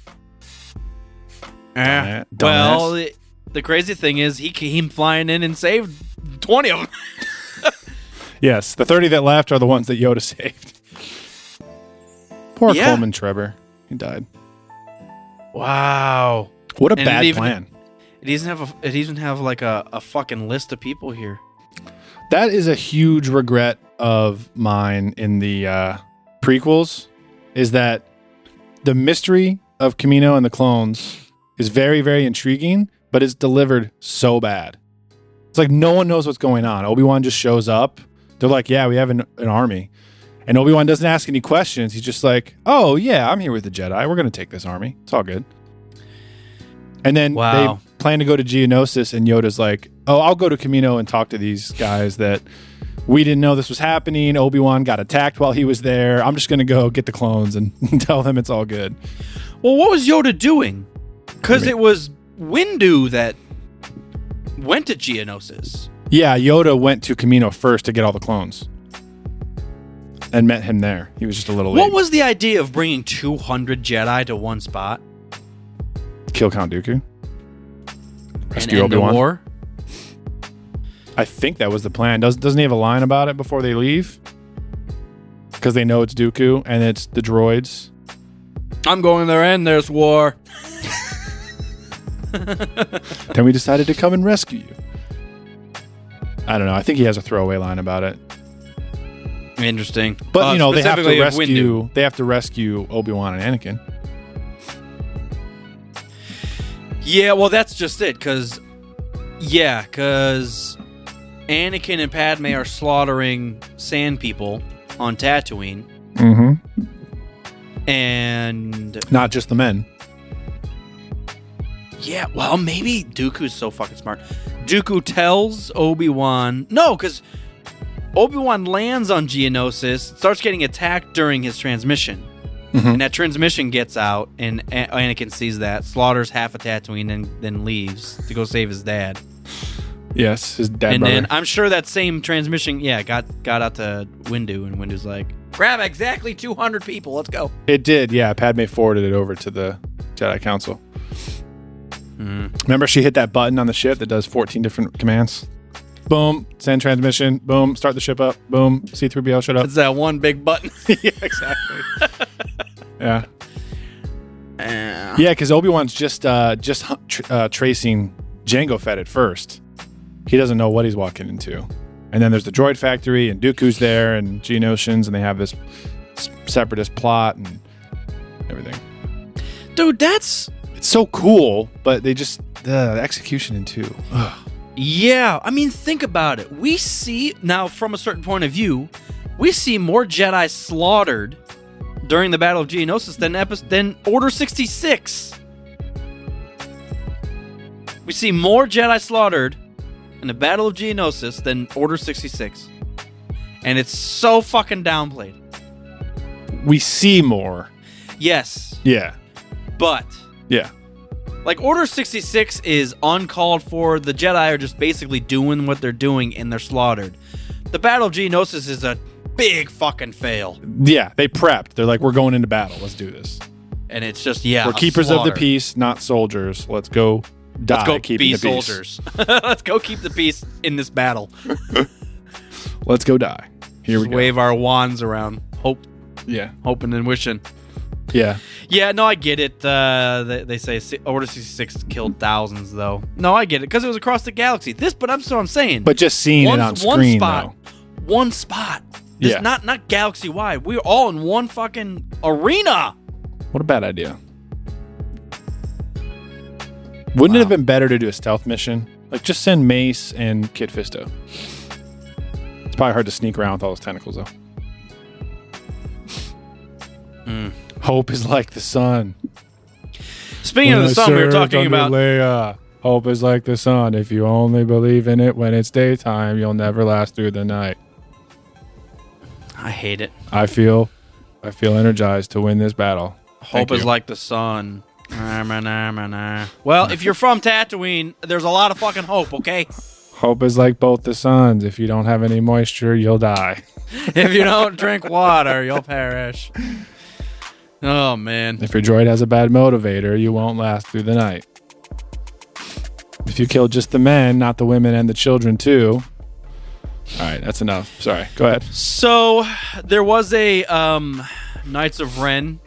E: Dumbass.
D: Well, it- the crazy thing is he came flying in and saved 20 of them.
E: yes, the thirty that left are the ones that Yoda saved. Poor
D: Yeah.
E: Coleman Trevor. He died.
D: Wow.
E: What a
D: And
E: bad
D: even-
E: plan.
D: It doesn't have a, it doesn't have like a, a fucking list of people here.
E: That is a huge regret of mine in the uh, prequels is that the mystery of Camino and the clones is very, very intriguing, but it's delivered so bad. It's like no one knows what's going on. Obi Wan just shows up. They're like, yeah, we have an, an army. And Obi Wan doesn't ask any questions. He's just like, oh, yeah, I'm here with the Jedi. We're going to take this army. It's all good. And then
D: Wow.
E: they plan to go to Geonosis, and Yoda's like, oh, I'll go to Camino and talk to these guys that we didn't know this was happening. Obi Wan got attacked while he was there. I'm just going to go get the clones and tell them it's all good.
D: Well, what was Yoda doing? Because it was Windu that went to Geonosis.
E: Yeah, Yoda went to Camino first to get all the clones and met him there. He was just a little late.
D: What was the idea of bringing 200 Jedi to one spot
E: Kill Count Dooku? Rescue
D: and end
E: Obi
D: the
E: Wan.
D: war?
E: I think that was the plan. Does, doesn't he have a line about it before they leave? Because they know it's Dooku and it's the droids.
D: I'm going there and there's war.
E: then we decided to come and rescue you. I don't know. I think he has a throwaway line about it.
D: Interesting.
E: But
D: Uh,
E: you know, they have
D: specifically
E: to
D: of
E: rescue they have to rescue Obi-Wan and Anakin.
D: Windu. Yeah, well, that's just it. Because, yeah, because Anakin and Padme are slaughtering sand people on Tatooine,
E: Mm-hmm.
D: and
E: Not just the men.
D: Yeah, well, maybe Dooku's so fucking smart. Dooku tells Obi Wan no, because Obi Wan lands on Geonosis, starts getting attacked during his transmission,
E: Mm-hmm.
D: and that transmission gets out, and A- Anakin sees that, slaughters half a Tatooine, and then leaves to go save his dad.
E: Yes, his dad.
D: and
E: brother.
D: then I'm sure that same transmission, yeah, got got out to Windu, and Windu's like, grab exactly 200 people, let's go.
E: It did, yeah. Padme forwarded it over to the Jedi Council. Remember, she hit that button on the ship that does 14 different commands. Boom, send transmission. Boom, start the ship up. Boom, C3PO shut up.
D: It's that one big button.
E: yeah, exactly. yeah. Yeah, because Obi Wan's just uh, just hu- tr- uh, tracing Jango Fett at first. He doesn't know what he's walking into, and then there's the droid factory, and Dooku's there, and Gene Oceans, and they have this s- separatist plot and everything.
D: Dude, that's
E: It's so cool, but they just the execution in two. Ugh.
D: Yeah, I mean, think about it. We see now, from a certain point of view, we see more Jedi slaughtered during the Battle of Geonosis than epi- than Order sixty six. We see more Jedi slaughtered in the Battle of Geonosis than Order sixty six, and it's so fucking downplayed.
E: We see more.
D: Yes,
E: Yeah,
D: but
E: yeah,
D: like Order sixty six is uncalled for. The Jedi are just basically doing what they're doing, and they're slaughtered. The Battle of Geonosis is a big fucking fail.
E: yeah. They prepped. They're like, we're going into battle. Let's do this.
D: and it's just yeah,
E: We're
D: a
E: keepers of
D: slaughter.
E: the peace, not soldiers. Let's go die.
D: Let's go
E: keeping
D: be
E: the peace.
D: soldiers. Let's go keep the peace in this battle.
E: Let's go die. Here we
D: Just
E: go.
D: wave our wands around, hope,
E: Yeah,
D: hoping and wishing.
E: yeah.
D: Yeah, no, I get it. Uh, they, they say si- Order sixty six killed thousands, though. No, I get it because it was across the galaxy. This, but I'm so I'm saying,
E: But just seeing
D: one,
E: it on
D: one
E: screen,
D: spot, one spot. This,
E: Yeah.
D: not not galaxy wide. We're all in one fucking arena.
E: though. What a bad idea. Wouldn't it have been better to do a stealth mission? Like, just send Mace and Kid Fisto. It's probably hard to sneak around with all those tentacles, though.
D: Hmm.
E: Hope is like the sun.
D: Speaking of
E: When
D: the
E: I
D: sun, we were
E: served
D: talking
E: under
D: about.
E: Leia. Hope is like the sun. If you only believe in it when it's daytime, you'll never last through the night.
D: I hate it.
E: I feel, I feel energized to win this battle.
D: Hope
E: Thank
D: is
E: you.
D: like the sun. Nah, nah, nah, nah, nah. well, if you're from Tatooine, there's a lot of fucking hope, okay?
E: Hope is like both the suns. If you don't have any moisture, you'll die.
D: If you don't drink water, you'll perish. Oh man.
E: If your droid has a bad motivator, you won't last through the night. If you kill just the men, not the women and the children too. All right, that's enough. Sorry. Go ahead.
D: So there was a um Knights of Ren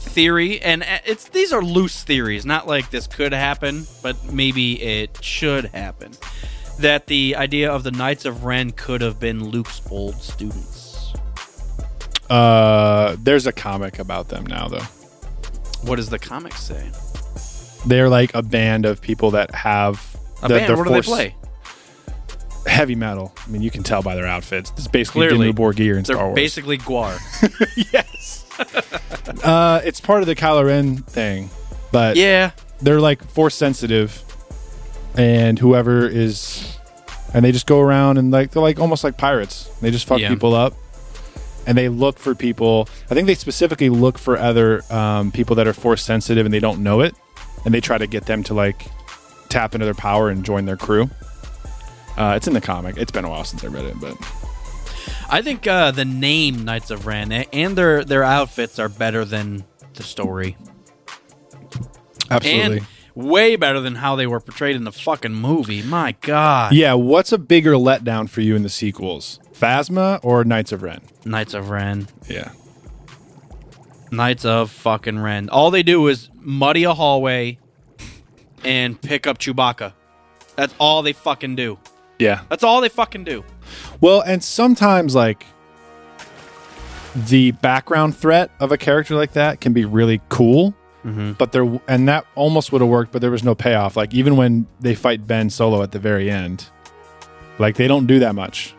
D: theory and uh, it's these are loose theories, not like this could happen, but maybe it should happen. That the idea of the Knights of Ren could have been Luke's old students.
E: Uh, there's a comic about them now, though.
D: What does the comic say? Oh,
E: they're like a band of people that have
D: A
E: that
D: band,
E: they're
D: what do they
E: forced-
D: play?
E: Heavy metal. I mean, you can tell by their outfits. It's basically
D: Clearly.
E: Dimmu Borgir in
D: They're
E: Star Wars.
D: basically Guar.
E: yes. uh, it's part of the Kylo Ren thing, but
D: yeah.
E: they're like force sensitive, and whoever is, and they just go around and like they're like almost like pirates. They just fuck
D: Yeah.
E: people up, and they look for people. I think they specifically look for other um, people that are force sensitive and they don't know it, and they try to get them to like tap into their power and join their crew. Uh, it's in the comic. It's been a while since I read it, but
D: I think uh, the name Knights of Ren a- and their their outfits are better than the story. And way better than how they were portrayed in the fucking movie. My god.
E: yeah, what's a bigger letdown for you in the sequels, Phasma or Knights of Ren?
D: Knights of Ren.
E: Yeah,
D: Knights of fucking Ren. All they do is muddy a hallway and pick up Chewbacca. That's all they fucking do.
E: yeah.
D: That's all they fucking do.
E: Well, and sometimes like the background threat of a character like that can be really cool. But there, and that almost would have worked, but there was no payoff. Like even when they fight Ben Solo at the very end, Like they don't do that much.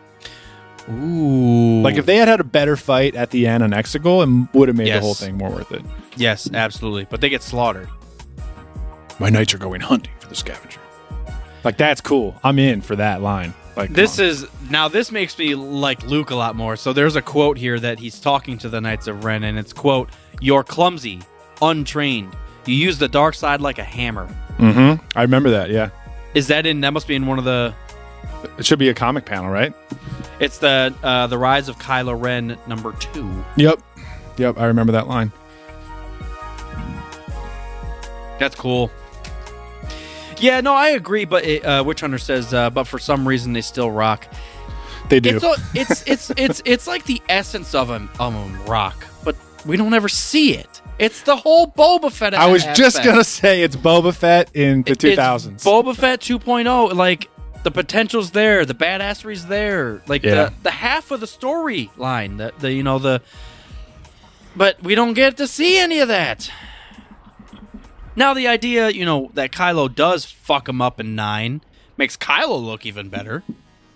D: Ooh.
E: Like if they had had a better fight at the end on Exegol, it would have made the
D: Yes.
E: whole thing more worth it.
D: yes, absolutely. But they get slaughtered.
E: My knights are going hunting for the scavenger. Like that's cool. I'm in for that line. Like
D: This is now this makes me like Luke a lot more. So there's a quote here that he's talking to the Knights of Ren, and it's quote, You're clumsy, untrained. You use the dark side like a hammer.
E: Mm-hmm. I remember that. Yeah,
D: Is that in that must be in one of the
E: it should be a comic panel, right?
D: it's the uh the rise of Kylo Ren number two.
E: Yep. Yep. I remember that line.
D: That's cool. Yeah, no, I agree, but it, uh, Witch Hunter says, uh, but for some reason they still rock.
E: They do.
D: It's a, it's it's it's it's like the essence of a of a rock, but we don't ever see it. It's the whole Boba Fett.
E: I was just
D: aspect.
E: gonna say it's Boba Fett in the
D: It-
E: two
D: it's
E: thousands.
D: Boba Fett 2.0. Like the potential's there, the badassery's there. Like
E: Yeah.
D: the the half of the storyline, the, the you know the. But we don't get to see any of that. Now the idea, you know, that Kylo does fuck him up in nine makes Kylo look even better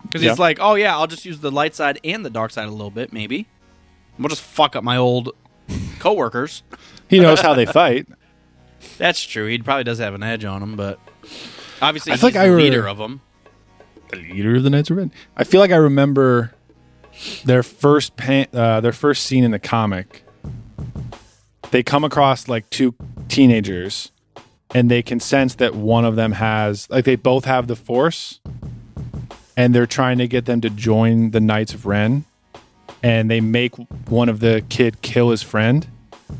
D: because
E: Yeah.
D: he's like, oh yeah, I'll just use the light side and the dark side a little bit, maybe. We'll just fuck up my old coworkers.
E: he knows how they fight.
D: That's true. He probably does have an edge on him, but obviously
E: I
D: he's
E: think
D: the
E: I re-
D: leader of them.
E: The leader of the Knights of Ren. I feel like I remember their first pan, uh, their first scene in the comic. They come across like two teenagers, and they can sense that one of them has like they both have the Force, and they're trying to get them to join the Knights of Ren, and they make one of the kid kill his friend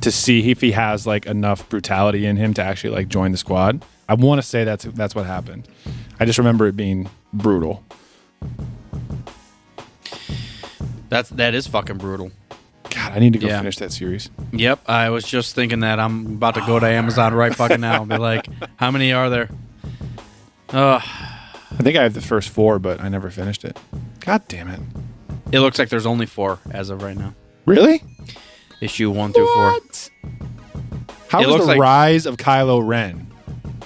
E: to see if he has like enough brutality in him to actually like join the squad. I want to say that's that's what happened. I just remember it being brutal.
D: That's that is fucking brutal.
E: God, I need to go
D: Yeah.
E: finish that series.
D: Yep, I was just thinking that I'm about to go to Amazon right fucking now and be like, how many are there? Ugh,
E: I think I have the first four, but I never finished it. God damn it!
D: it looks like there's only four as of right now.
E: Really?
D: Issue one through four.
E: How
D: It
E: was
D: looks
E: the
D: like-
E: rise of Kylo Ren?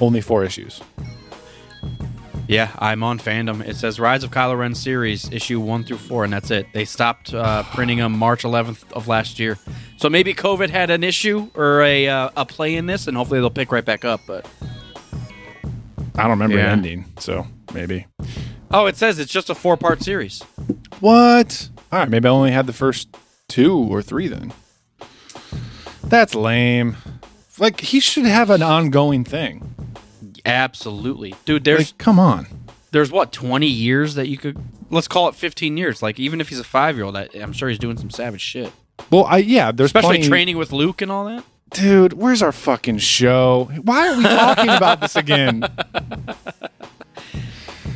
E: Only four issues.
D: Yeah, I'm on fandom. It says Rise of Kylo Ren series issue one through four, and that's it. They stopped uh, printing them March 11th of last year. So maybe COVID had an issue or a uh, a play in this, and hopefully they'll pick right back up. But
E: I don't remember an
D: Yeah.
E: ending, so maybe.
D: oh, it says it's just a four part series.
E: What? All right, maybe I only had the first two or three then. That's lame. Like he should have an ongoing thing.
D: Absolutely, dude. There's
E: like, come on.
D: there's what 20 years that you could let's call it 15 years like even if he's a five-year-old I, i'm sure he's doing some savage shit
E: Well, I yeah, there's
D: especially
E: plenty-
D: training with luke and all that
E: Dude, where's our fucking show? Why are we talking about this again?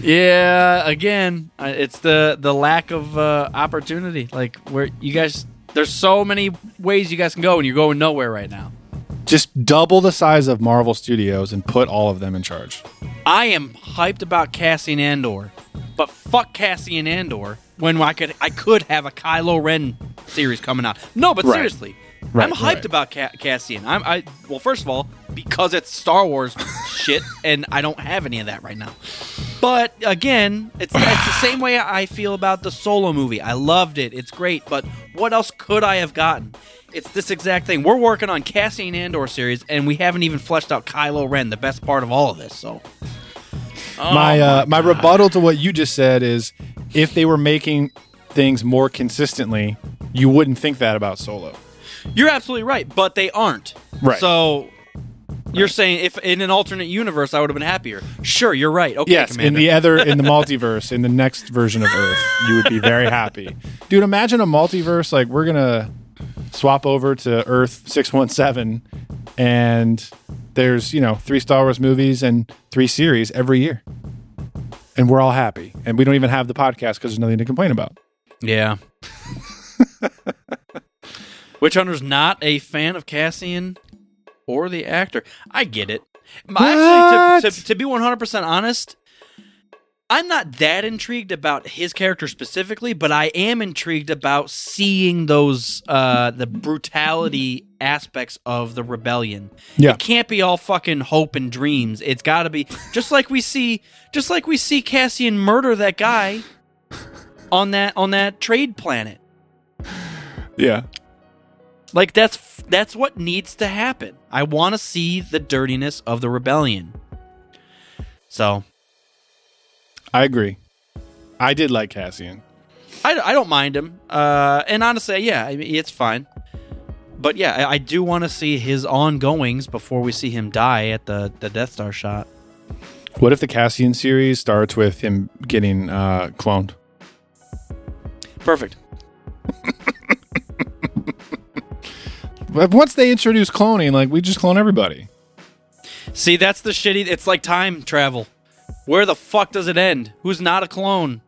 D: yeah again I- it's the the lack of uh, opportunity like where you guys there's so many ways you guys can go and you're going nowhere right now
E: Just double the size of Marvel Studios and put all of them in charge.
D: i am hyped about cassian andor but fuck cassian andor when i could i could have a kylo ren series coming out no but
E: Right.
D: seriously
E: Right,
D: I'm hyped
E: right.
D: about Ca- Cassian. I'm I well, first of all, because it's Star Wars shit, and I don't have any of that right now. But again, it's it's the same way I feel about the Solo movie. I loved it; it's great. But what else could I have gotten? It's this exact thing. We're working on Cassian Andor series, and we haven't even fleshed out Kylo Ren, the best part of all of this. So, Oh,
E: my uh, my rebuttal to what you just said is if they were making things more consistently, you wouldn't think that about Solo.
D: You're absolutely right, but they aren't.
E: Right.
D: So you're saying if in an alternate universe I would have been happier. Sure, you're right. Okay,
E: Yes, in
D: Commander.
E: the other in the multiverse, in the next version of Earth, you would be very happy. Dude, imagine a multiverse like we're going to swap over to Earth 617 and there's, you know, three Star Wars movies and three series every year. And we're all happy. And we don't even have the podcast cuz there's nothing to complain about.
D: yeah. Witch Hunter's not a fan of Cassian or the actor. I get it. My- Actually, to, to, to be 100% honest, I'm not that intrigued about his character specifically, but I am intrigued about seeing those uh the brutality aspects of the rebellion.
E: Yeah.
D: It can't be all fucking hope and dreams. It's got to be just like we see just like we see Cassian murder that guy on that on that trade planet.
E: Yeah.
D: Like that's that's what needs to happen. I want to see the dirtiness of the rebellion. So,
E: I agree. I did like Cassian.
D: I, I don't mind him. Uh, and honestly, yeah, I mean, it's fine. But yeah, I, I do want to see his ongoings before we see him die at the, the Death Star shot.
E: What if the Cassian series starts with him getting uh, cloned?
D: Perfect.
E: But Once they introduce cloning, like we just clone everybody.
D: See, that's the shitty. It's like time travel. Where the fuck does it end? Who's not a clone?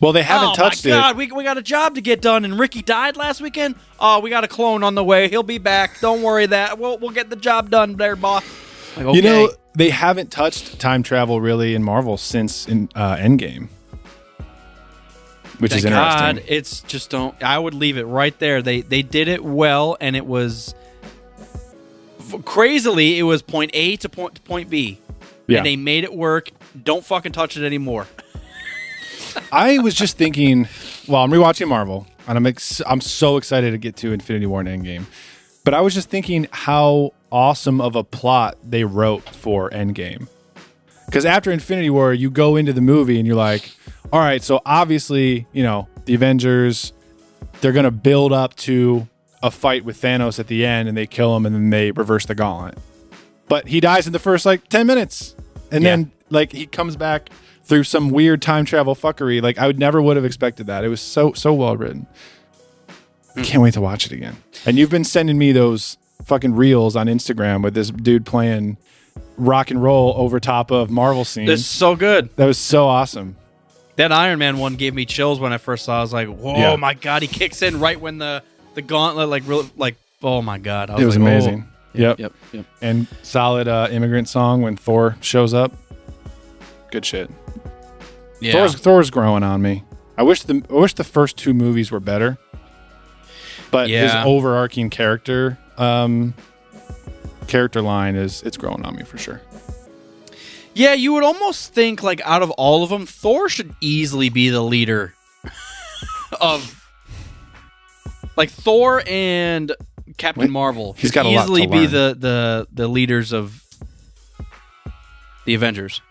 E: Well, they haven't
D: oh
E: touched
D: my god,
E: it.
D: we we got a job to get done, and Ricky died last weekend. Oh, we got a clone on the way. He'll be back. Don't worry that we'll we'll get the job done, there, boss. Like, okay.
E: You know, they haven't touched time travel really in Marvel since in uh, Endgame, which
D: Thank
E: is interesting.
D: God, it's just don't. I would leave it right there. They they did it well, and it was f- crazily. It was point A to point to point B,
E: yeah, Mm-hmm.
D: and they made it work. Don't fucking touch it anymore.
E: I was just thinking. Well, I'm rewatching Marvel, and I'm ex- I'm so excited to get to Infinity War and Endgame. But I was just thinking how awesome of a plot they wrote for Endgame. Because after Infinity War, you go into the movie and you're like, all right, so obviously, you know, the Avengers, they're going to build up to a fight with Thanos at the end and they kill him and then they reverse the gauntlet. But he dies in the first like 10 minutes. And then, like, he comes back through some weird time travel fuckery. Like, I would never would have expected that. It was so, so well written. Can't wait to watch it again. And you've been sending me those fucking reels on Instagram with this dude playing rock and roll over top of Marvel scenes.
D: This is so good.
E: That was so awesome.
D: That Iron Man one gave me chills when I first saw. it. I was like, "Whoa,
E: Yeah.
D: my god!" He kicks in right when the the gauntlet, like, real, like, oh my god, I
E: It was
D: like, oh.
E: amazing. Yep.
C: Yep, yep.
E: And solid uh, immigrant song when Thor shows up. Good shit.
D: Yeah.
E: Thor's Thor's growing on me. I wish the I wish the first two movies were better. But
D: Yeah.
E: his overarching character um character line is it's growing on me for sure.
D: Yeah, you would almost think like out of all of them, Thor should easily be the leader of like Thor and Captain
E: Wait,
D: Marvel.
E: he's
D: should
E: got a lot to
D: easily be
E: learn.
D: the the the leaders of the Avengers.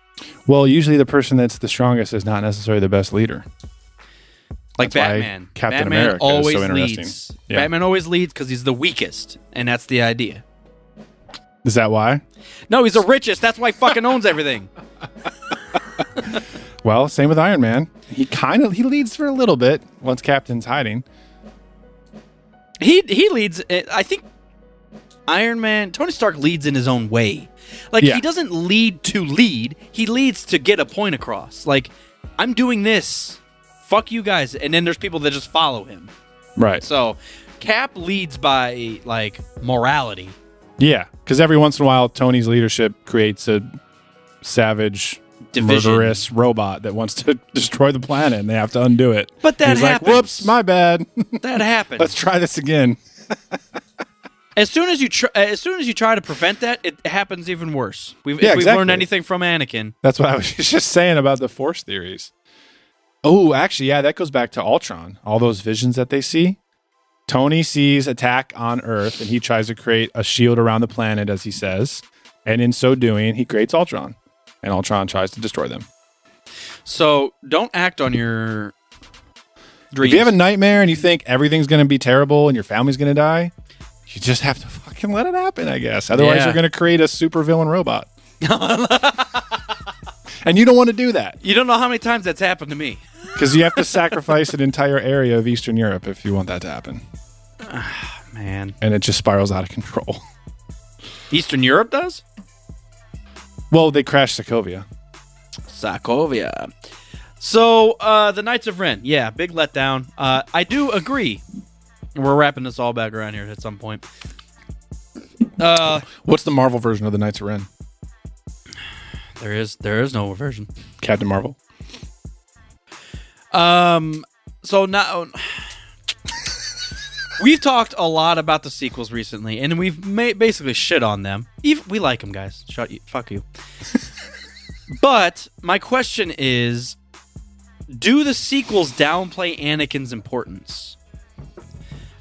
E: Well, usually the person that's the strongest is not necessarily the best leader.
D: Like
E: That's why
D: Batman.
E: Captain
D: Batman
E: America is so
D: always
E: interesting.
D: leads.
E: Yeah.
D: Batman always leads because he's the weakest, and that's the idea.
E: Is that why?
D: No, he's the richest. That's why he fucking owns everything.
E: Well, same with Iron Man. He kind of he leads for a little bit once Captain's hiding.
D: He he leads. uh, I think Iron Man, Tony Stark leads in his own way. Like
E: Yeah.
D: he doesn't lead to lead. He leads to get a point across. Like I'm doing this. Fuck you guys. And then there's people that just follow him.
E: Right.
D: So Cap leads by like morality.
E: Yeah, because every once in a while, Tony's leadership creates a savage,
D: Division.
E: murderous robot that wants to destroy the planet, and they have to undo it.
D: But that
E: He's
D: happens.
E: like, "Whoops, my bad.
D: That happens.
E: Let's try this again."
D: as soon as you try, as soon as you try to prevent that, it happens even worse. We've,
E: Yeah,
D: if we've learned
E: exactly.
D: anything from Anakin.
E: That's what I was just saying about the Force theories. Oh, actually, yeah, that goes back to Ultron. All those visions that they see. Tony sees attack on Earth, and he tries to create a shield around the planet, as he says. And in so doing, he creates Ultron, and Ultron tries to destroy them.
D: So don't act on your dreams.
E: If you have a nightmare and you think everything's going to be terrible and your family's going to die, you just have to fucking let it happen, I guess. Otherwise,
D: Yeah.
E: you're going to create a supervillain robot. and you don't want to do that
D: you don't know how many times that's happened to me.
E: because you have to sacrifice an entire area of Eastern Europe if you want that to happen.
D: Man,
E: And it just spirals out of control.
D: Eastern Europe does.
E: Well, they crashed Sokovia.
D: Sokovia. So uh, the Knights of Ren, yeah, big letdown. Uh, I do agree. We're wrapping this all back around here at some point. Uh,
E: What's the Marvel version of the Knights of Ren?
D: there is there is no version.
E: Captain Marvel.
D: Um, so now we've talked a lot about the sequels recently, and we've ma- basically shit on them. Even, we like them, guys. Shut you, fuck you. but my question is, do the sequels downplay Anakin's importance?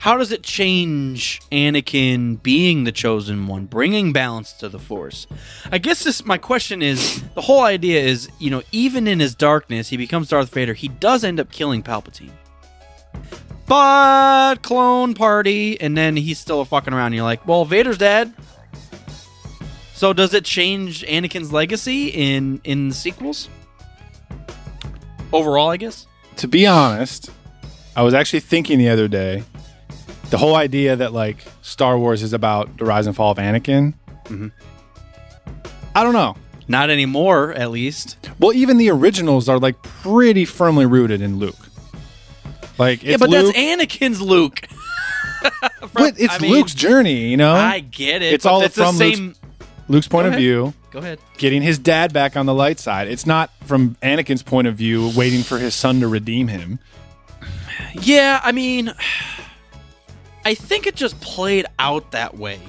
D: How does it change Anakin being the chosen one, bringing balance to the Force? I guess this my question is the whole idea is, you know, even in his darkness, he becomes Darth Vader. He does end up killing Palpatine. But clone party and then he's still fucking around. And you're like, "Well, Vader's dead." So does it change Anakin's legacy in in the sequels? Overall, I guess.
E: to be honest, I was actually thinking the other day the whole idea that like Star Wars is about the rise and fall of Anakin. I don't know.
D: Not anymore, at least.
E: Well, even the originals are like pretty firmly rooted in Luke. Like, it's
D: yeah, but
E: Luke,
D: that's Anakin's Luke.
E: but it's
D: I mean,
E: Luke's journey, you know.
D: I get it.
E: It's
D: but
E: all
D: it's
E: from
D: the
E: Luke's-
D: same.
E: Luke's point of
D: ahead.
E: view,
D: Go ahead.
E: getting his dad back on the light side. It's not from Anakin's point of view, waiting for his son to redeem him.
D: Yeah, I mean, I think it just played out that way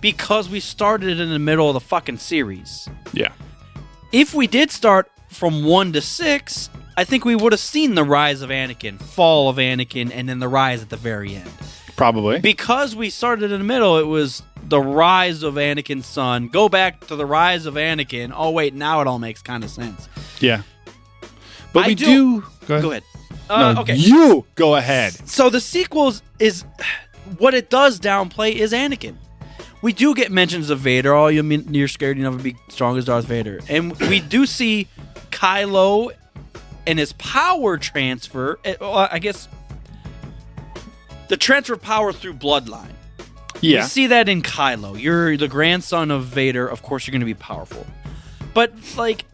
D: because we started in the middle of the fucking series.
E: Yeah,
D: If we did start from one to six, I think we would have seen the rise of Anakin, fall of Anakin, and then the rise at the very end.
E: probably.
D: Because we started in the middle, it was the rise of Anakin's son. Go back to the rise of Anakin. Oh wait, now it all makes kind of sense.
E: yeah, but
D: I
E: we
D: do-
E: do. Go ahead.
D: Go ahead. Uh,
E: No,
D: okay.
E: You go ahead.
D: so the sequels is what it does downplay is Anakin. We do get mentions of Vader. Oh, you mean you're scared you will never be strong as Darth Vader, and we do see Kylo and his power transfer. eh, well, I guess the transfer of power through bloodline.
E: Yeah.
D: You see that in Kylo. You're the grandson of Vader. Of course, you're going to be powerful. But, like,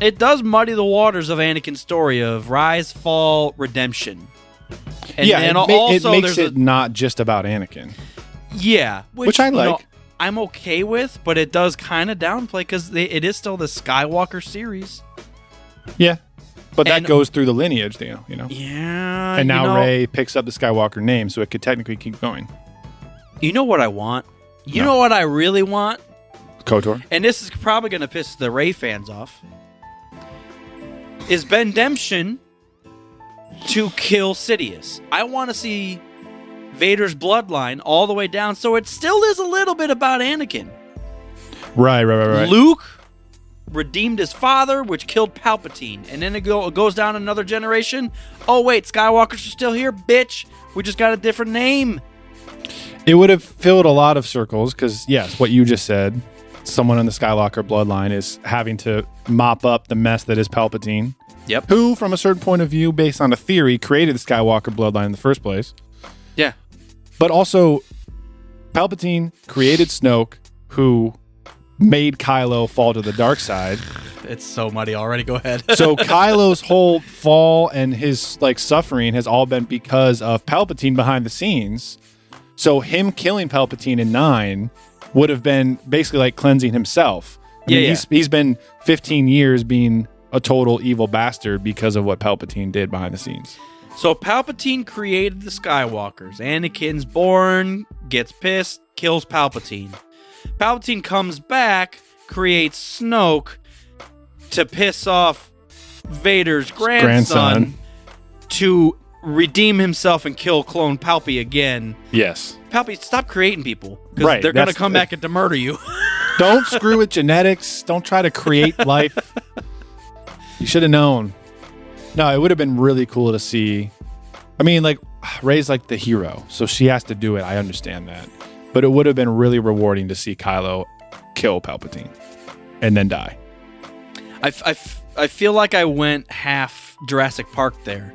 D: it does muddy the waters of Anakin's story of rise, fall, redemption. And
E: yeah,
D: then
E: it, ma- it
D: also
E: makes
D: there's
E: it
D: a,
E: not just about Anakin.
D: yeah,
E: which I
D: you
E: like.
D: I'm okay with, but it does kind of downplay because it is still the Skywalker series.
E: Yeah, but that
D: And-
E: goes through the lineage, you know. You know?
D: Yeah,
E: and now
D: you know,
E: Ray picks up the Skywalker name, so it could technically keep going.
D: You know what I want? You
E: No.
D: know what I really want?
E: Kotor.
D: and this is probably going to piss the Ray fans off, is Ben Demption to kill Sidious. I want to see Vader's bloodline all the way down, so it still is a little bit about Anakin.
E: Right, right, right, right.
D: Luke redeemed his father, which killed Palpatine, and then it, go, it goes down another generation. Oh wait, Skywalkers are still here, bitch. We just got a different name.
E: It would have filled a lot of circles because, yes, what you just said, someone in the Skywalker bloodline is having to mop up the mess that is Palpatine,
D: Yep.
E: who, from a certain point of view, based on a theory, created the Skywalker bloodline in the first place.
D: Yeah.
E: But also, Palpatine created Snoke, who made Kylo fall to the dark side.
D: It's so muddy already. Go ahead.
E: So Kylo's whole fall and his like suffering has all been because of Palpatine behind the scenes. So him killing Palpatine in nine would have been basically like cleansing himself. I
D: Yeah,
E: mean,
D: yeah.
E: He's, he's been 15 years being a total evil bastard because of what Palpatine did behind the scenes.
D: So Palpatine created the Skywalkers. Anakin's born, gets pissed, kills Palpatine. Palpatine comes back, creates Snoke to piss off Vader's grandson,
E: grandson.
D: to redeem himself and kill clone Palpy again.
E: Yes.
D: Palpy, stop creating people. 'cause
E: Right,
D: They're going to
E: that's-
D: come back and to murder you.
E: Don't screw with genetics. Don't try to create life. You should have known. No, it would have been really cool to see. I mean, like, Ray's like the hero, so she has to do it. I understand that. But it would have been really rewarding to see Kylo kill Palpatine and then die.
D: I, f- I, f- I feel like I went half Jurassic Park there.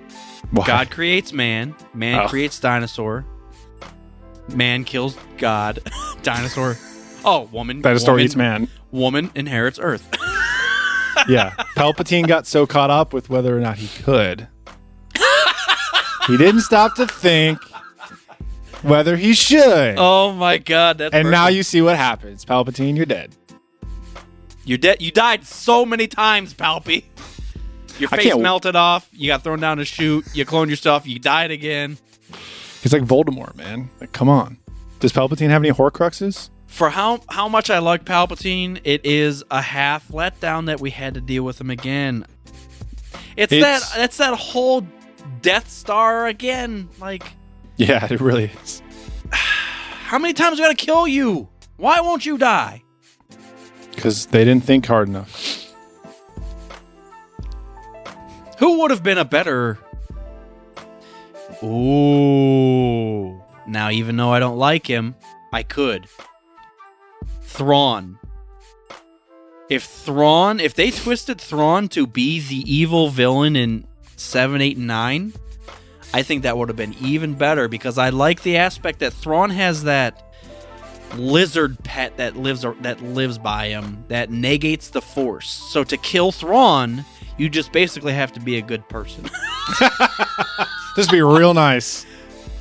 E: Why?
D: God creates man. Man
E: Oh.
D: creates dinosaur. Man kills God. dinosaur. Oh, woman.
E: Dinosaur
D: woman,
E: eats man.
D: Woman inherits Earth.
E: Yeah. Palpatine got so caught up with whether or not he could. he didn't stop to think whether he should.
D: oh my God. That's
E: and now
D: perfect.
E: you see what happens. Palpatine, you're dead.
D: You're dead. You died so many times, Palpy. Your
E: I
D: face
E: can't-
D: melted off. You got thrown down a chute. You cloned yourself. You died again.
E: He's like Voldemort, man. Like, come on. Does Palpatine have any Horcruxes?
D: For how how much I like Palpatine, it is a half letdown that we had to deal with him again. It's,
E: It's-
D: that that's that whole Death Star again. Like,
E: Yeah, it really is.
D: how many times we gotta kill you? Why won't you die?
E: Because they didn't think hard enough.
D: Who would have been a better? Ooh. Now, even though I don't like him, I could. Thrawn. If Thrawn, if they twisted Thrawn to be the evil villain in 7, 8, and 9, I think that would have been even better because I like the aspect that Thrawn has that lizard pet that lives that lives by him that negates the force. So to kill Thrawn, you just basically have to be a good person.
E: This would be real nice.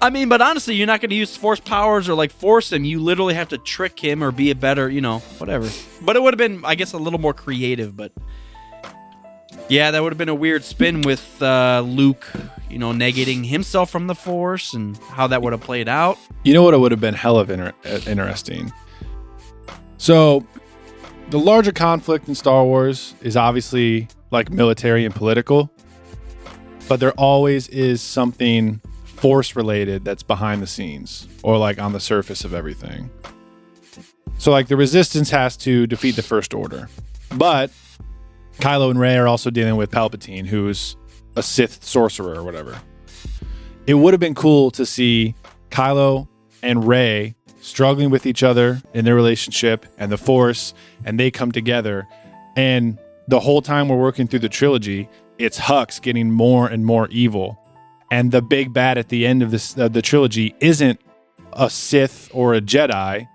D: I mean, but honestly, you're not going to use force powers or like force him. You literally have to trick him or be a better, you know, whatever. But it would have been, I guess, a little more creative. But yeah, that would have been a weird spin with uh, Luke, you know, negating himself from the force and how that would have played out.
E: You know what? It would have been hell of inter- uh, interesting. So, the larger conflict in Star Wars is obviously like military and political, but there always is something force related that's behind the scenes or like on the surface of everything. So, like, the resistance has to defeat the First Order, but Kylo and Rey are also dealing with Palpatine, who's a Sith sorcerer or whatever it would have been cool to see Kylo and Rey struggling with each other in their relationship and the Force, and they come together. And the whole time we're working through the trilogy, it's Hux getting more and more evil. And the big bad at the end of this uh, the trilogy isn't a Sith or a Jedi.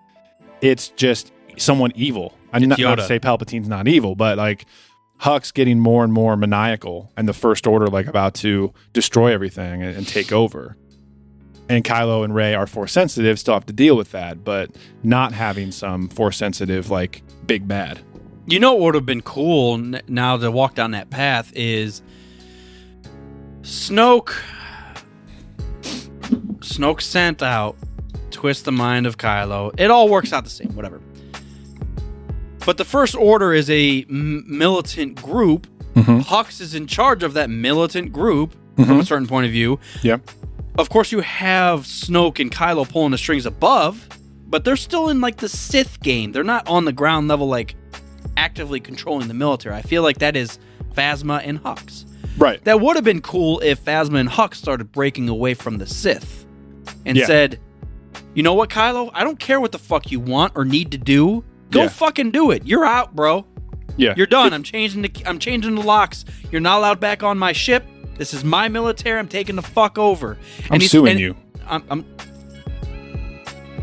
E: It's just someone evil. I'm not, not to
D: Yoda.
E: say Palpatine's not evil, but like Hux getting more and more maniacal and the First Order like about to destroy everything and, and take over. And Kylo and Rey are force sensitive, still have to deal with that, but not having some force sensitive like big bad.
D: You know what would have been cool n- now to walk down that path is Snoke. Snoke sent out twist the mind of Kylo. It all works out the same, whatever. But the First Order is a m- militant group. Hux is in charge of that militant group from a certain point of view.
E: Yep.
D: Of course, you have Snoke and Kylo pulling the strings above, but they're still in like the Sith game. They're not on the ground level, like actively controlling the military. I feel like that is Phasma and Hux.
E: Right.
D: That would have been cool if Phasma and Hux started breaking away from the Sith and
E: Yeah.
D: said, "You know what, Kylo? I don't care what the fuck you want or need to do. Go
E: Yeah.
D: fucking do it. You're out, bro.
E: Yeah.
D: You're done. I'm changing the I'm changing the locks. You're not allowed back on my ship. This is my military. I'm taking the fuck over.
E: I'm
D: he's-
E: suing you.
D: I'm, I'm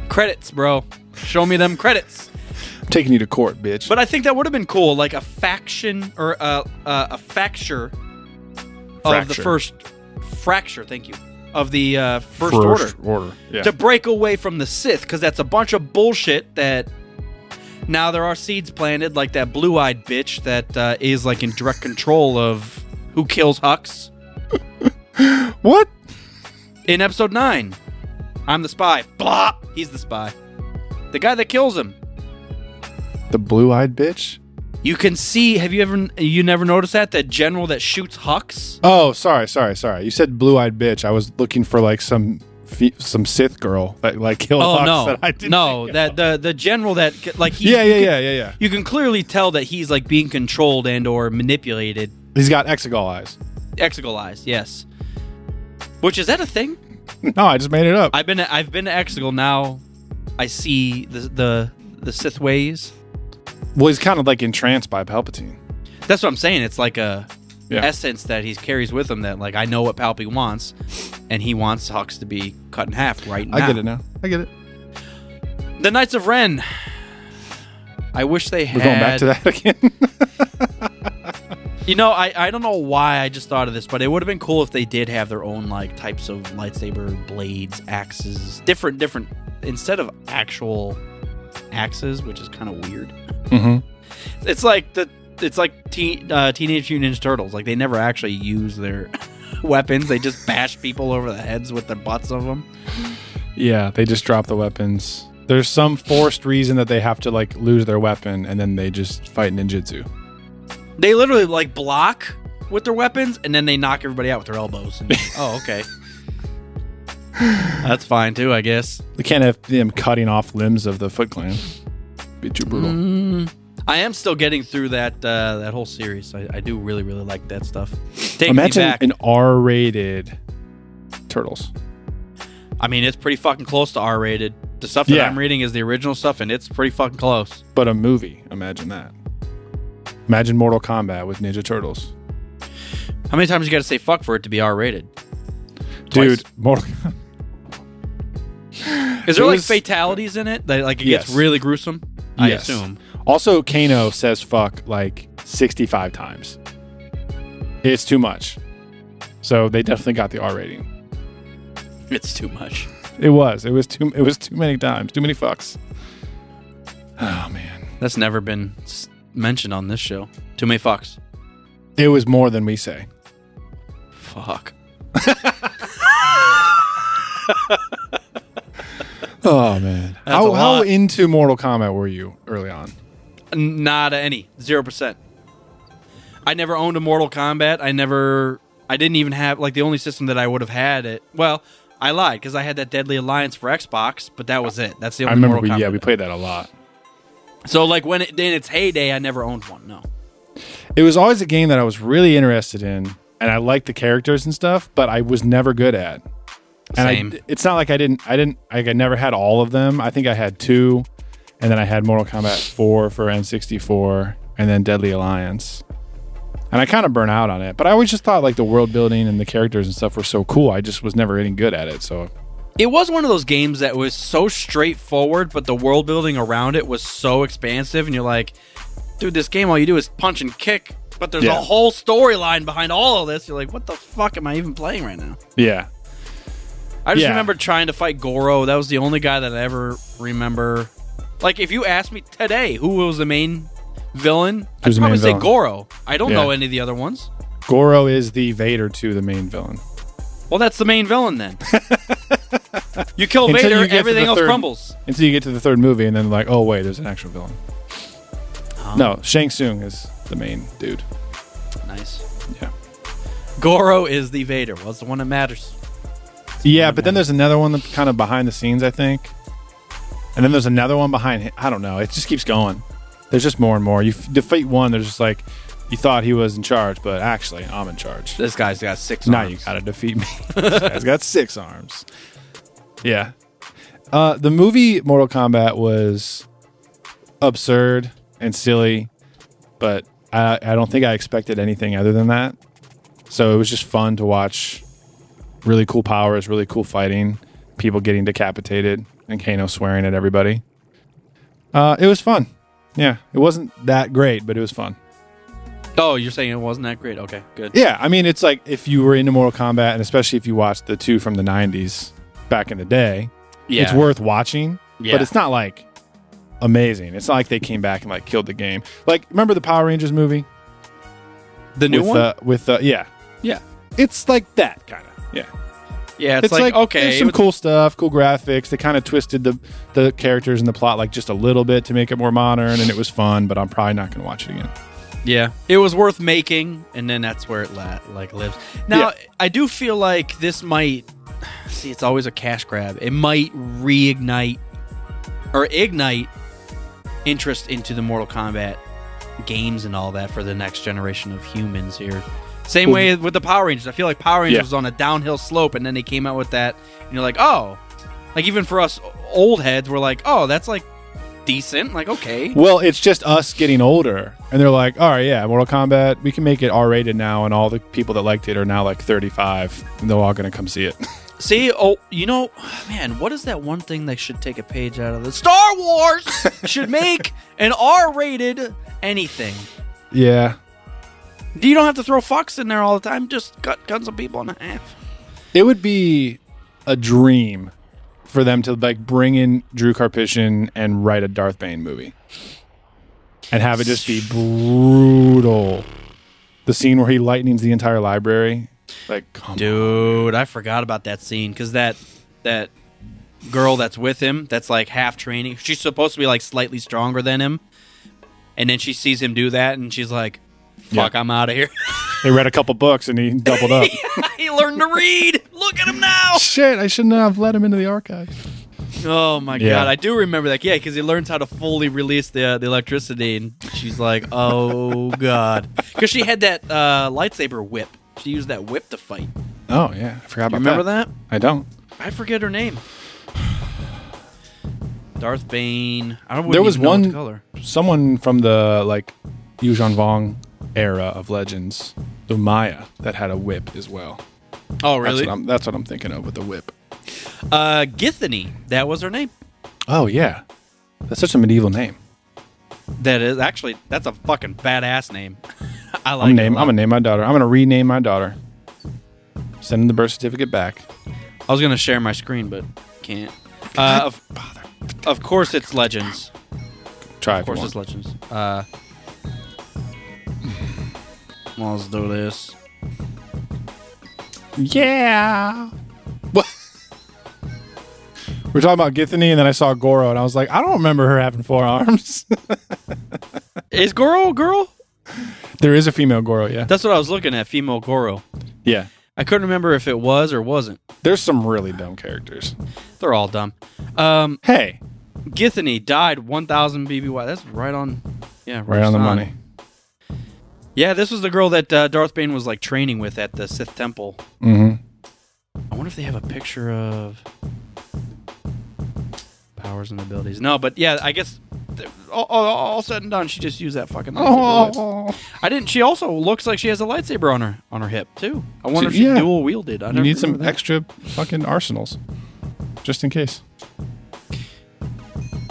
D: credits, bro. Show me them credits.
E: taking you to court, bitch.
D: But I think that would have been cool, like a faction or a a, a fracture of the
E: Fracture.
D: first fracture. Thank you of the uh, first, order
E: order. Yeah.
D: to break away from the Sith because that's a bunch of bullshit that. Now there are seeds planted, like that blue-eyed bitch that uh, is like in direct control of who kills Hux
E: what?
D: in episode nine. I'm the spy. Blah. He's the spy. The guy that kills him.
E: The blue-eyed bitch?
D: You can see. Have you ever? You never noticed that the general that shoots Hux.
E: Oh, sorry, sorry, sorry. You said blue-eyed bitch. I was looking for like some fe- some Sith girl that like killed
D: Oh
E: Hux
D: no,
E: that I didn't
D: no,
E: think
D: that the the general that like
E: of.
D: he,
E: Yeah, yeah, yeah, yeah, yeah.
D: You can clearly tell that he's like being controlled and or manipulated.
E: He's got exegol eyes.
D: Exegolized, yes. Which is that a thing?
E: No, I just made it up.
D: I've been to, I've been to Exegol now. I see the the the Sith ways.
E: well, he's kind of like entranced by Palpatine.
D: That's what I'm saying. It's like a
E: Yeah.
D: essence that he carries with him. That like I know what Palpy wants, and he wants Hux to be cut in half right now.
E: I get it now. I get it.
D: The Knights of Ren. I wish they had.
E: We're going back to that again.
D: You know, I, I don't know why I just thought of this, but it would have been cool if they did have their own like types of lightsaber blades, axes, different different instead of actual axes, which is kind of weird.
E: Mm-hmm.
D: It's like the it's like teen, uh, Teenage Mutant Ninja Turtles. Like they never actually use their weapons; they just bash people over the heads with the butts of them.
E: Yeah, they just drop the weapons. There's some forced reason that they have to like lose their weapon, and then they just fight ninjutsu.
D: They literally like block with their weapons, and then they knock everybody out with their elbows. And, oh, okay. That's fine too, I guess.
E: They can't have them cutting off limbs of the Foot Clan. Be too brutal.
D: I am still getting through that uh, that whole series. I, I do really, really like that stuff. Take me
E: Imagine
D: back.
E: an R-rated Turtles.
D: I mean, it's pretty fucking close to R rated. The stuff that
E: Yeah.
D: I'm reading is the original stuff, and it's pretty fucking close.
E: but a movie. Imagine that. Imagine Mortal Kombat with Ninja Turtles.
D: How many times you got to say fuck for it to be R rated?
E: Dude, Mortal
D: Is there like
E: It was-
D: fatalities in it? That like it
E: Yes.
D: gets really gruesome. I
E: Yes.
D: assume.
E: Also, Kano says fuck like 65 times. It's too much. So they definitely got the R rating.
D: It's too much.
E: It was. It was too it was too many times. Too many fucks. Oh man.
D: That's never been s- mentioned on this show. Too many fucks.
E: It was more than we say.
D: Fuck.
E: Oh man.
D: a
E: How, how
D: lot.
E: into Mortal Kombat were you early on?
D: N- Not any. Zero percent. I never owned a Mortal Kombat. I never. I didn't even have like the only system that I would have had it. Well, I lied because I had that Deadly Alliance for Xbox, but that was it. That's the
E: I
D: only.
E: remember we
D: Mortal Kombat.
E: yeah, we played that a lot.
D: So like when it in its heyday, I never owned one. No,
E: it was always a game that I was really interested in, and I liked the characters and stuff, but I was never good at. And I,
D: Same.
E: it's not like I didn't, I didn't, like I never had all of them. I think I had two, and then I had Mortal Kombat Four for N64, and then Deadly Alliance. And I kind of burn out on it, but I always just thought like the world building and the characters and stuff were so cool. I just was never getting good at it. So
D: it was one of those games that was so straightforward, but the world building around it was so expansive, and you're like, dude, this game all you do is punch and kick, but there's
E: Yeah.
D: a whole storyline behind all of this. You're like, what the fuck am I even playing right now?
E: yeah,
D: I just
E: Yeah.
D: remember trying to fight Goro. That was the only guy that I ever remember. Like, if you asked me today who was the main villain,
E: Who's
D: I'd
E: the main
D: probably say
E: villain?
D: Goro. I don't
E: Yeah.
D: know any of the other ones.
E: Goro is the Vader to the main villain.
D: Well, that's the main villain then. you kill
E: Until you
D: Vader,
E: get to
D: everything
E: the
D: else
E: third-
D: crumbles.
E: until you get to the third movie and then like oh wait there's an actual villain no shang tsung is the main dude
D: Nice.
E: yeah
D: Goro is the Vader. Well, it's the one that matters.
E: yeah but then there's another one that kind of behind the scenes i think and then there's another one behind him i don't know it just keeps going there's just more and more you f- defeat one there's just like you thought he was in charge but actually i'm in charge
D: This guy's got six.
E: now
D: arms.
E: you gotta defeat me this guy's got six arms yeah uh, the movie mortal kombat was absurd and silly, but I, I don't think I expected anything other than that. So it was just fun to watch really cool powers, really cool fighting, people getting decapitated, and Kano swearing at everybody. Uh, it was fun. Yeah, it wasn't that great, but it was fun.
D: Oh, you're saying it wasn't that great? Okay, good.
E: Yeah, I mean, it's like if you were into Mortal Kombat, and especially if you watched the two from the 90s back in the day,
D: Yeah.
E: it's worth watching.
D: Yeah.
E: But it's not like amazing. It's not like they came back and like killed the game. Like remember the Power Rangers movie?
D: the new
E: with,
D: one.
E: Uh, with uh, yeah,
D: yeah,
E: it's like that kind of. Yeah,
D: yeah. It's, like,
E: there's
D: okay,
E: some
D: it was-
E: cool stuff, cool graphics. They kind of twisted the the characters and the plot like just a little bit to make it more modern, and it was fun. But I'm probably not going to watch it again.
D: yeah, it was worth making, and then that's where it la- like lives. Now,
E: Yeah.
D: I do feel like this might see. It's always a cash grab. It might reignite or ignite interest into the Mortal Kombat games and all that for the next generation of humans here. Same
E: Well,
D: way with the Power Rangers. I feel like Power Rangers
E: Yeah.
D: was on a downhill slope, and then they came out with that, and you're like, oh, like even for us old heads, we're like, oh, that's like decent. Like okay,
E: Well, it's just us getting older, and they're like, all right, yeah, Mortal Kombat, we can make it R rated now, and all the people that liked it are now like 35, and they're all going to come see it.
D: See, oh, you know, man, what is that one thing they should take a page out of? The Star Wars should make an R-rated anything.
E: yeah,
D: You don't have to throw fucks in there all the time. Just cut guns some people in half.
E: It would be a dream for them to like bring in Drew Carpishin and write a Darth Bane movie and have it just be brutal. The scene where he lightnings the entire library, like come
D: Dude, I forgot about that scene because that that girl that's with him, that's like half training. She's supposed to be like slightly stronger than him, and then she sees him do that, and she's like, "Fuck, I'm out of here."
E: They read a couple books and he doubled up.
D: he learned to read. Look at him now.
E: Shit, I shouldn't have let him into the archive.
D: Oh my
E: Yeah.
D: god, I do remember that. Yeah, because he learns how to fully release the the electricity, and she's like, "Oh god," because she had that uh, lightsaber whip. She used that whip to fight.
E: Oh yeah, I forgot about
D: remember that?
E: I don't.
D: I forget her name. Darth Bane. I don't.
E: there was one
D: color.
E: someone from the like Yu Zhan Vong era of legends, the Maya, that had a whip as well.
D: Oh
E: That's
D: really?
E: what I'm, that's what I'm thinking of with the whip.
D: Uh, Githany. That was her name.
E: Oh yeah, that's such a medieval name.
D: That is actually that's a fucking badass name. I like.
E: I'm
D: it
E: name.
D: a lot.
E: I'm gonna name my daughter. I'm gonna rename my daughter. Send the birth certificate back.
D: I was gonna share my screen, but can't. Uh, of, of course, it's Legends.
E: Try
D: Of course, it's Legends. Uh, well, let's do this.
E: Yeah. What? We're talking about Githany, and then I saw Goro, and I was like, I don't remember her having four arms.
D: Is Goro a girl?
E: there is a female Goro, yeah.
D: That's what I was looking at. Female Goro.
E: Yeah.
D: I couldn't remember if it was or wasn't.
E: There's some really dumb characters.
D: They're all dumb. Um,
E: Hey,
D: Githany died 1,000 BBY. That's right on. Yeah,
E: right on the
D: on.
E: money.
D: Yeah, this was the girl that uh, Darth Bane was like training with at the Sith Temple.
E: Mm-hmm.
D: I wonder if they have a picture of powers and abilities. No, but yeah, I guess th- all, all, all said and done, she just used that fucking. lightsaber whip.
E: Oh.
D: I didn't. She also looks like she has a lightsaber on her on her hip too. I wonder
E: She-
D: if she
E: yeah.
D: dual wielded. I
E: You
D: never
E: need some
D: remember that.
E: extra fucking arsenals, just in case.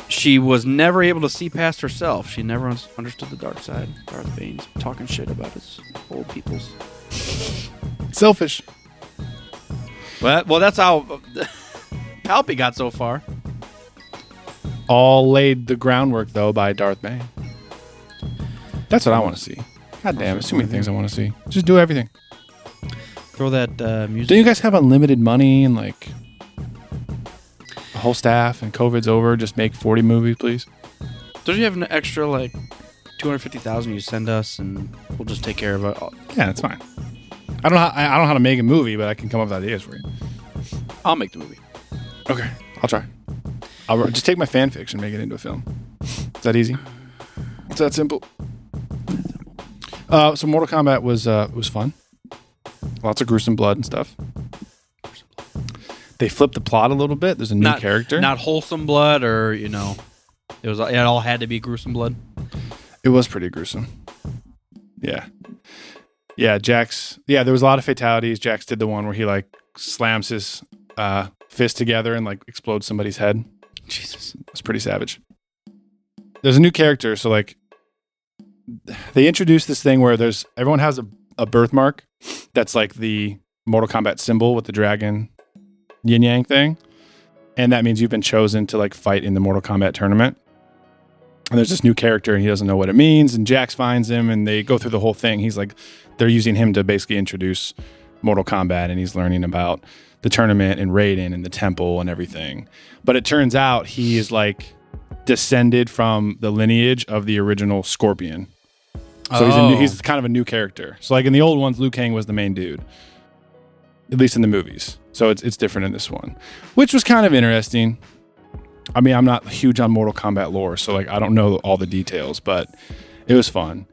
D: She was never able to see past herself. She never un- understood the dark side. Darth Bane's talking shit about his old peoples.
E: Selfish.
D: Well, well, that's how Palpy got so far.
E: All laid the groundwork though by Darth Bane. That's what I want to see. God damn, there's too many things I want to see. Just do everything.
D: Throw that uh, music.
E: Don't you guys have unlimited money and like a whole staff and COVID's over? Just make 40 movies, please.
D: Don't you have an extra like two hundred fifty thousand you send us, and we'll just take care of it? I'll,
E: Yeah, that's fine. I don't know how, I I don't know how to make a movie, but I can come up with ideas for you.
D: I'll make the movie.
E: Okay, I'll try. I'll just take my fan fiction, make it into a film. Is that easy? It's that simple. Uh, so Mortal Kombat was uh, was fun. Lots of gruesome blood and stuff. They flipped the plot a little bit. There's a new
D: not
E: character.
D: not wholesome blood, or you know, it was it all had to be gruesome blood.
E: It was pretty gruesome. Yeah. Yeah, Jax. Yeah, there was a lot of fatalities. Jax did the one where he like slams his uh, fist together and like explodes somebody's head. Jesus. It's pretty savage. There's a new character. So, like, they introduced this thing where there's everyone has a, a birthmark that's like the Mortal Kombat symbol with the dragon yin yang thing. And that means you've been chosen to like fight in the Mortal Kombat tournament and there's this new character and he doesn't know what it means and jax finds him and they go through the whole thing he's like they're using him to basically introduce mortal kombat and he's learning about the tournament and raiden and the temple and everything but it turns out he is like descended from the lineage of the original scorpion so he's, a new,
D: Oh.
E: he's kind of a new character so like in the old ones liu kang was the main dude at least in the movies so it's, it's different in this one which was kind of interesting I mean, I'm not huge on Mortal Kombat lore, so like I don't know all the details, but it was fun.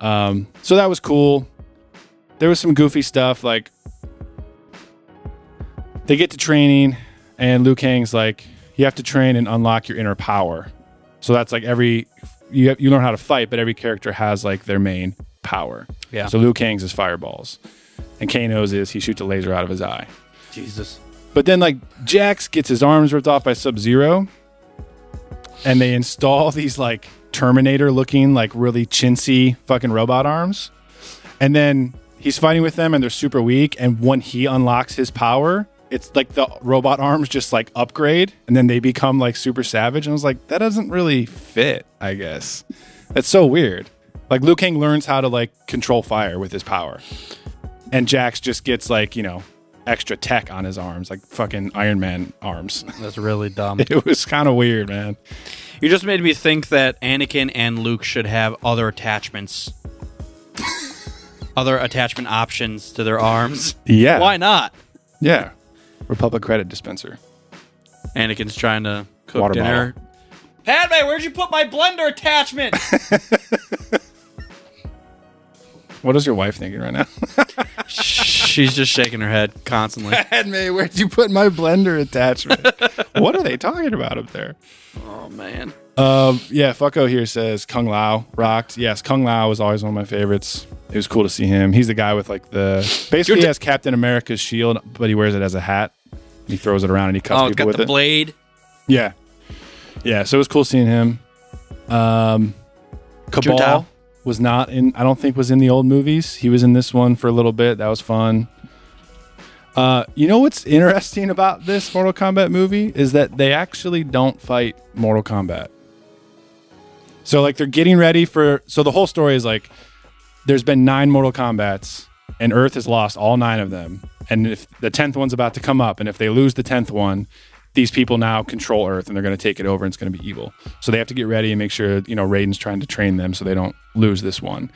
E: Um, so that was cool. There was some goofy stuff like they get to training, and Liu Kang's like, you have to train and unlock your inner power. So that's like every you you learn how to fight, but every character has like their main power.
D: Yeah.
E: So Liu Kang's is fireballs, and Kano's is he shoots a laser out of his eye.
D: Jesus.
E: But then like Jax gets his arms ripped off by Sub Zero, and they install these like Terminator looking, like really chintzy fucking robot arms. And then he's fighting with them and they're super weak. And when he unlocks his power, it's like the robot arms just like upgrade and then they become like super savage. And I was like, that doesn't really fit, I guess. That's so weird. Like Liu Kang learns how to like control fire with his power. And Jax just gets like, you know, extra tech on his arms, like fucking Iron Man arms.
D: That's really dumb.
E: it was kind of weird, man.
D: You just made me think that Anakin and Luke should have other attachments, other attachment options to their arms.
E: Yeah.
D: Why not?
E: Yeah. Republic credit dispenser.
D: Anakin's trying to cook
E: Water
D: dinner. Padme, where'd you put my blender attachment?
E: What is your wife thinking right now?
D: She's just shaking her head constantly.
E: Padme, where'd you put my blender attachment? what are they talking about up there?
D: Oh man.
E: Um, yeah, Fucko here says Kung Lao rocked. Yes, Kung Lao was always one of my favorites. It was cool to see him. He's the guy with like the basically he has Captain America's shield, but he wears it as a hat. He throws it around and he cuts
D: Oh, it's
E: people
D: got
E: with
D: the
E: it.
D: blade.
E: yeah, yeah. So it was cool seeing him. Um, Cabal
D: Juntao.
E: was not in. I don't think was in the old movies. He was in this one for a little bit. That was fun. Uh, you know what's interesting about this Mortal Kombat movie is that they actually don't fight Mortal Kombat. So like they're getting ready for. So the whole story is like there's been nine Mortal Kombats, and Earth has lost all nine of them. And if the tenth one's about to come up, and if they lose the tenth one, these people now control Earth, and they're going to take it over, and it's going to be evil. So they have to get ready and make sure you know Raiden's trying to train them so they don't lose this one.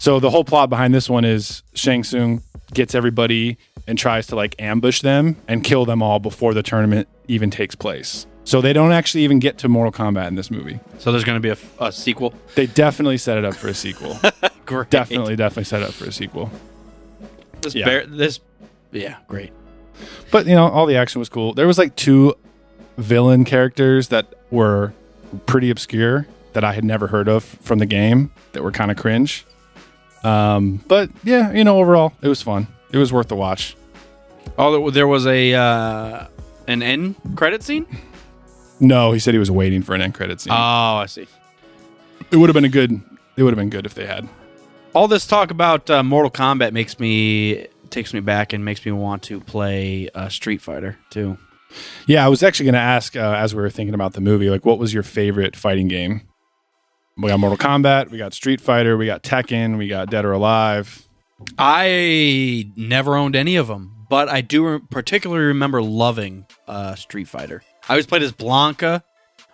E: So the whole plot behind this one is Shang Tsung gets everybody and tries to like ambush them and kill them all before the tournament even takes place. So they don't actually even get to Mortal Kombat in this movie.
D: So there's going to be a, a sequel.
E: They definitely set it up for a sequel.
D: Great.
E: definitely, definitely set up for a sequel.
D: This.
E: yeah.
D: Bear, this. Yeah. Great.
E: But you know, all the action was cool. There was like two villain characters that were pretty obscure that I had never heard of from the game that were kind of cringe. Um, but yeah, you know, overall it was fun. It was worth the watch.
D: Oh, there was a uh, an end credit scene.
E: No, he said he was waiting for an end credit scene.
D: Oh, I see.
E: it would have been a good. It would have been good if they had.
D: All this talk about uh, Mortal Kombat makes me takes me back and makes me want to play uh, Street Fighter too.
E: Yeah, I was actually going to ask uh, as we were thinking about the movie, like, what was your favorite fighting game? We got Mortal Kombat, we got Street Fighter, we got Tekken, we got Dead or Alive.
D: I never owned any of them, but I do re- particularly remember loving uh, Street Fighter. I always played as Blanca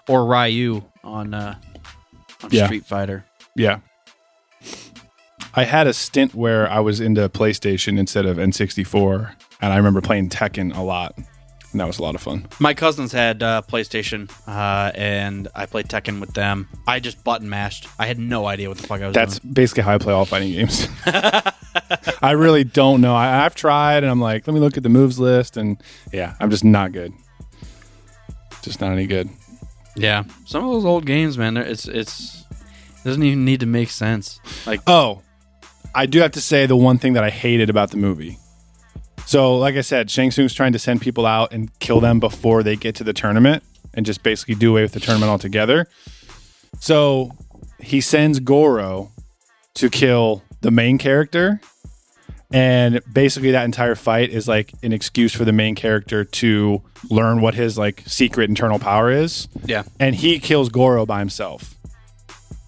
D: or Ryu on uh, on
E: Yeah.
D: Street Fighter.
E: Yeah. I had a stint where I was into PlayStation instead of N64, and I remember playing Tekken a lot, and that was a lot of fun.
D: My cousins had uh, PlayStation, uh, and I played Tekken with them. I just button mashed. I had no idea what the fuck I was
E: That's
D: doing.
E: basically how I play all fighting games. I really don't know. I, I've tried, and I'm like, let me look at the moves list, and yeah, I'm just not good. Just not any good.
D: Yeah, some of those old games, man. they're- It's it's it doesn't even need to make sense. Like
E: Oh, I do have to say the one thing that I hated about the movie. So, like I said, Shang Tsung's trying to send people out and kill them before they get to the tournament and just basically do away with the tournament altogether. So, he sends Goro to kill the main character. And basically, that entire fight is like an excuse for the main character to learn what his like secret internal power is
D: yeah,
E: and he kills Goro by himself.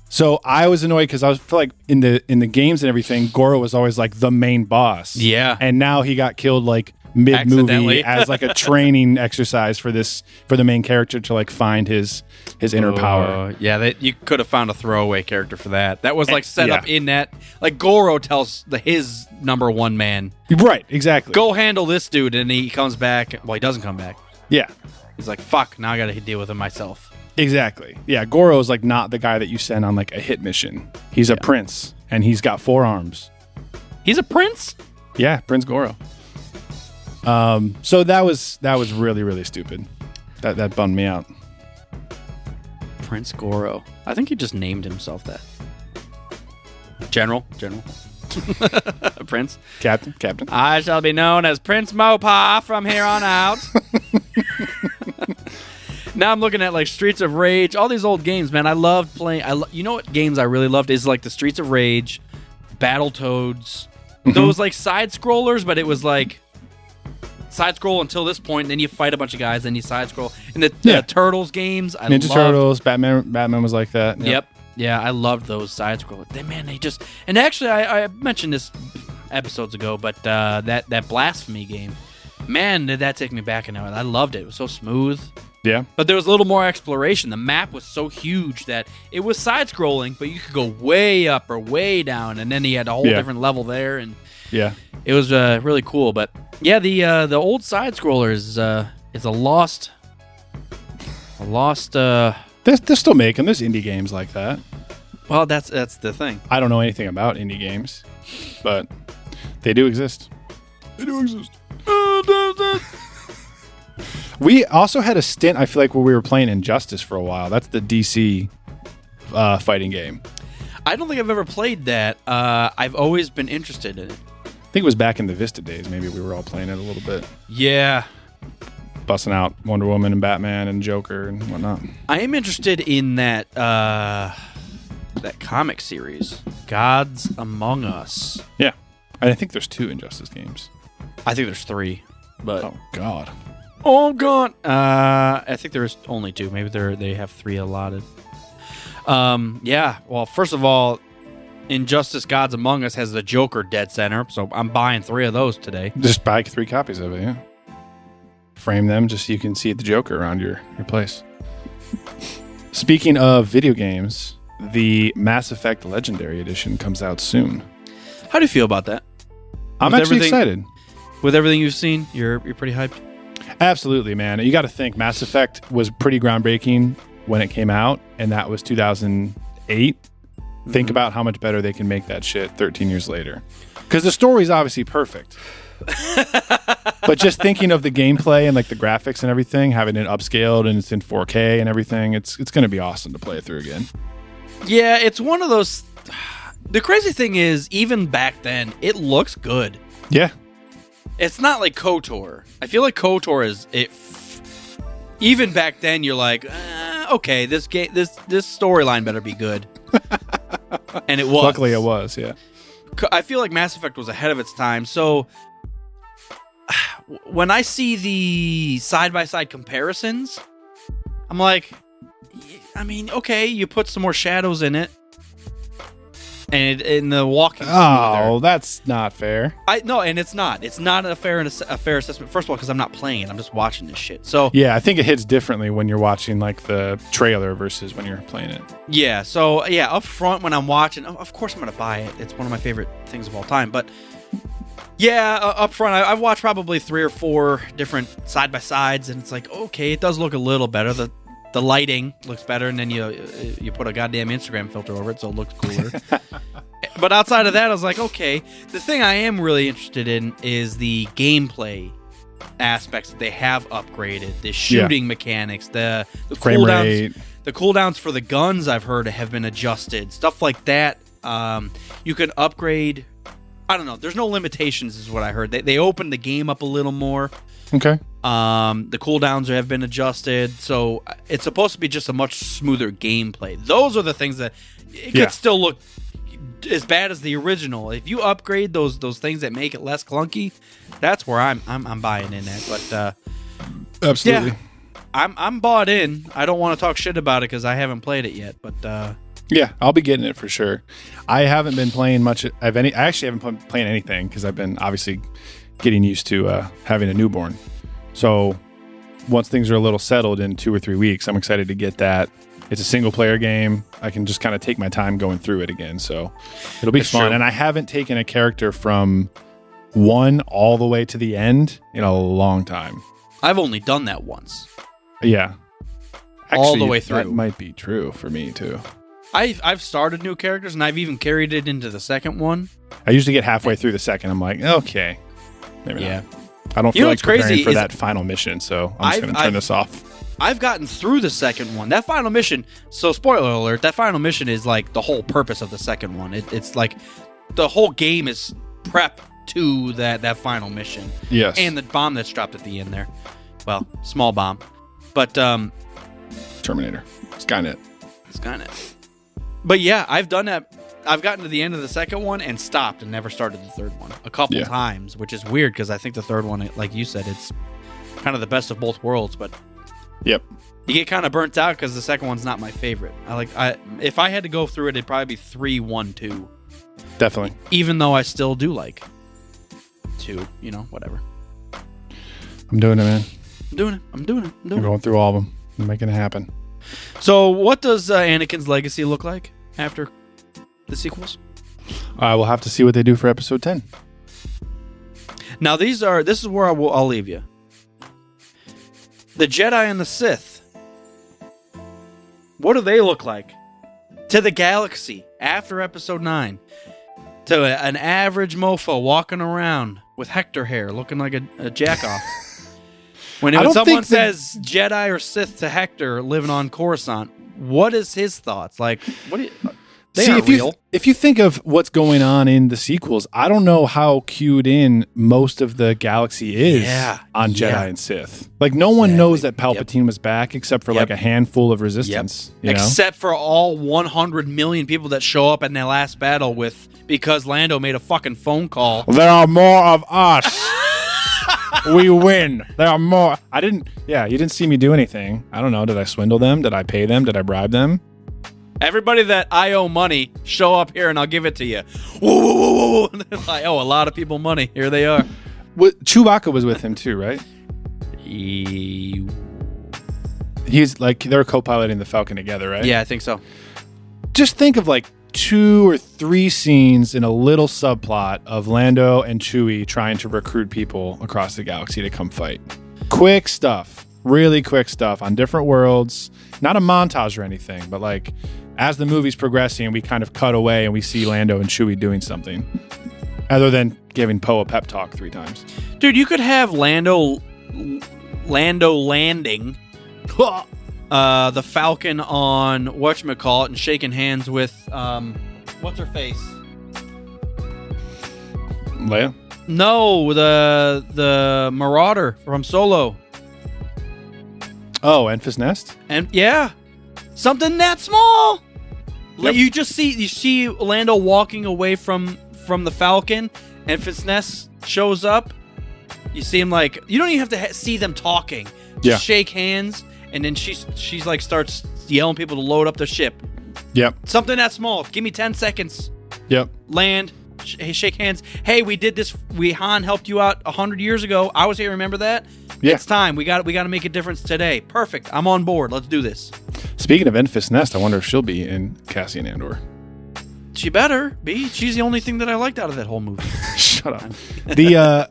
E: So I was annoyed because I was feel like in the in the games and everything, Goro was always like the main boss.
D: Yeah.
E: and now he got killed like mid movie
D: Accidentally.
E: as like a training exercise for this for the main character to like find his his inner power.
D: Uh, yeah, that you could have found a throwaway character for that. That was like set up
E: Eh, yeah.
D: in that. Like Goro tells the, his number one man,
E: Right, exactly.
D: "Go handle this dude," and he comes back. Well, he doesn't come back.
E: Yeah,
D: He's like, "Fuck! Now I got to deal with him myself."
E: exactly. Yeah, Goro is like not the guy that you send on like a hit mission. He's a prince and he's got four arms.
D: He's a prince.
E: Yeah, Prince Goro. Um, so that was that was really really stupid. That that bummed me out.
D: Prince Goro. I think he just named himself that. General, general. Prince.
E: Captain, Captain.
D: I shall be known as Prince Mopa from here on out. now I'm looking at like Streets of Rage, all these old games, man. I loved playing. I lo- you know what games I really loved is like the Streets of Rage, Mm-hmm. Battletoads, those like side scrollers, but it was like side scroll until this point, and then you fight a bunch of guys, then you side scroll. And the, the
E: Yeah.
D: Turtles games, I
E: Ninja
D: loved-
E: Turtles, Batman. Batman was like that.
D: Yep. Yeah, I loved those side scrollers. They man, they just and actually I, I mentioned this episodes ago, but uh, that that blasphemy game, man, did that take me back an hour. I loved it. It was so smooth.
E: Yeah.
D: But there was a little more exploration. The map was so huge that it was side scrolling, but you could go way up or way down, and then he had a whole
E: Yeah.
D: different level there, and
E: Yeah.
D: it was uh, really cool. But yeah, the uh, the old side scroller is uh, is a lost, a lost. Uh,
E: They're, they're still making. There's indie games like that.
D: well, that's that's the thing.
E: I don't know anything about indie games, but they do exist. They do exist. we also had a stint, I feel like, where we were playing Injustice for a while. That's the DC uh, fighting game.
D: I don't think I've ever played that. Uh, I've always been interested in it.
E: I think it was back in the Vista days. Maybe we were all playing it a little bit,
D: Yeah,
E: busting out Wonder Woman and Batman and Joker and whatnot.
D: I am interested in that uh, that comic series, Gods Among Us.
E: Yeah. I think there's two Injustice games.
D: I think there's three, but
E: Oh, God.
D: Oh god. Uh, I think there's only two. Maybe they they have three allotted. Um, yeah. Well, first of all, Injustice: Gods Among Us has the Joker dead center, so I'm buying three of those today.
E: Just buy three copies of it, yeah. Frame them just so you can see the Joker around your, your place. Speaking of video games, the Mass Effect Legendary Edition comes out soon.
D: How do you feel about that?
E: I'm
D: With
E: actually
D: everything-
E: excited.
D: With everything you've seen, you're you're pretty hyped.
E: Absolutely, man. You got to think Mass Effect was pretty groundbreaking when it came out, and that was 2008. Think about how much better they can make that shit 13 years later. Because the story's obviously perfect. but just thinking of the gameplay and like the graphics and everything, having it upscaled and it's in 4K and everything, it's it's going to be awesome to play it through again.
D: Yeah, it's one of those. The crazy thing is, even back then, it looks good.
E: Yeah.
D: It's not like Kotor. I feel like Kotor is it. f- Even back then, you're like, uh, okay, this game, this this storyline better be good, and it was.
E: Luckily it was, yeah.
D: Co- I feel like Mass Effect was ahead of its time. So when I see the side by side comparisons, I'm like, y- I mean, okay, you put some more shadows in it, and it, in the walking.
E: Oh, that's not fair.
D: I no, and it's not. It's not a fair and a fair assessment. First of all, because I'm not playing it, I'm just watching this shit. So
E: Yeah, I think it hits differently when you're watching like the trailer versus when you're playing it.
D: yeah, so yeah, up front when I'm watching, oh, of course I'm gonna buy it. It's one of my favorite things of all time. But yeah, uh, up front, I, I've watched probably three or four different side by sides, and it's like, okay, it does look a little better. The the lighting looks better, and then you uh, you put a goddamn Instagram filter over it, so it looks cooler. but outside of that, I was like, okay. The thing I am really interested in is the gameplay aspects that they have upgraded, the shooting mechanics, the, the
E: Frame
D: cooldowns,
E: rate.
D: the cooldowns for the guns. I've heard have been adjusted, stuff like that. Um, you can upgrade. I don't know. There's no limitations, is what I heard. They they opened the game up a little more.
E: Okay.
D: Um, the cooldowns have been adjusted, so uh, it's supposed to be just a much smoother gameplay. Those are the things that it
E: Yeah.
D: could still look as bad as the original. If you upgrade those those things that make it less clunky, that's where I'm I'm, I'm buying in at. But uh,
E: Absolutely.
D: yeah, I'm I'm bought in. I don't want to talk shit about it because I haven't played it yet. But uh,
E: Yeah, I'll be getting it for sure. I haven't been playing much of any. I actually haven't been playing anything because I've been obviously getting used to uh, having a newborn. So once things are a little settled in two or three weeks, I'm excited to get that. It's a single player game. I can just kind of take my time going through it again. So it'll be fun.
D: true.
E: And I haven't taken a character from one all the way to the end in a long time.
D: I've only done that once.
E: Yeah.
D: All the way
E: That
D: through.
E: might be true for me too.
D: I've I've started new characters and I've even carried it into the second one.
E: I usually get halfway through the second. I'm like, okay, maybe
D: Yeah.
E: not. I don't
D: You
E: feel
D: know
E: like
D: what's crazy
E: preparing for
D: is-
E: that final mission, so I'm just
D: I've-
E: going to
D: I've-
E: turn this off.
D: I've gotten through the second one. That final mission. So, spoiler alert: that final mission is like the whole purpose of the second one. It, it's like the whole game is prep to that that final mission.
E: Yes.
D: And the bomb that's dropped at the end there. Well, small bomb, but um,
E: Terminator, Skynet.
D: it's kind of. But yeah, I've done that. I've gotten to the end of the second one and stopped and never started the third one a couple
E: Yeah.
D: times, which is weird because I think the third one, like you said, it's kind of the best of both worlds. But
E: Yep.
D: you get kind of burnt out because the second one's not my favorite. I like I if I had to go through it, it'd probably be three, one, two.
E: Definitely.
D: Even though I still do like two, you know, whatever.
E: I'm doing it, man.
D: I'm doing it. I'm doing it. I'm
E: I'm
D: doing it.
E: going through all of them. I'm making it happen.
D: So, what does uh, Anakin's legacy look like after the sequels?
E: I will have to see what they do for episode 10.
D: Now these are this is where I will I'll leave you. The Jedi and the Sith. What do they look like to the galaxy after episode 9? To a- an average mofo walking around with Hector hair looking like a, a jackoff. when
E: I
D: when
E: don't
D: someone
E: think that-
D: says Jedi or Sith to Hector living on Coruscant, what is his thoughts? Like what do you, they
E: See,
D: aren't
E: if you
D: real.
E: if you think of what's going on in the sequels, I don't know how cued in most of the galaxy is
D: Yeah,
E: on Jedi
D: yeah.
E: and Sith. Like no one knows that Palpatine was back except for like
D: Yep.
E: a handful of resistance. You know?
D: Except for all 100 million people that show up in their last battle with because Lando made a fucking phone call.
E: There are more of us. we win. There are more. I didn't. Yeah, you didn't see me do anything. I don't know. Did I swindle them? Did I pay them? Did I bribe them?
D: Everybody that I owe money, show up here and I'll give it to you. Whoa, whoa, whoa, whoa, whoa! I owe oh, a lot of people money. Here they are.
E: What, Chewbacca was with him too, right?
D: E-
E: He's like they're co-piloting the Falcon together, right?
D: Yeah, I think so.
E: Just think of like two or three scenes in a little subplot of Lando and Chewie trying to recruit people across the galaxy to come fight. Quick stuff, really quick stuff on different worlds. Not a montage or anything, but like as the movie's progressing, we kind of cut away and we see Lando and Chewie doing something, other than giving Poe a pep talk three times.
D: Dude, you could have Lando Lando landing uh, the Falcon on whatchamacallit and shaking hands with um, what's her face?
E: Leia.
D: No, the the Marauder from Solo,
E: Oh, Enfys Nest.
D: and yeah, something that small. Like, You just see you see Lando walking away from from the Falcon, and Fitznes shows up. You see him like you don't even have to ha- see them talking. Just
E: Yeah.
D: shake hands, and then she's she's like starts yelling people to load up the ship.
E: Yep.
D: Something that small. Give me ten seconds.
E: Yep.
D: land, sh- hey, shake hands. Hey, we did this. We Han helped you out a hundred years ago. I was here. Remember that?
E: Yeah.
D: It's time. We got. We got to make a difference today. Perfect. I'm on board. Let's do this.
E: Speaking of Enfys Nest, I wonder if she'll be in Cassian Andor.
D: She better be. She's the only thing that I liked out of that whole movie.
E: Shut up. The uh,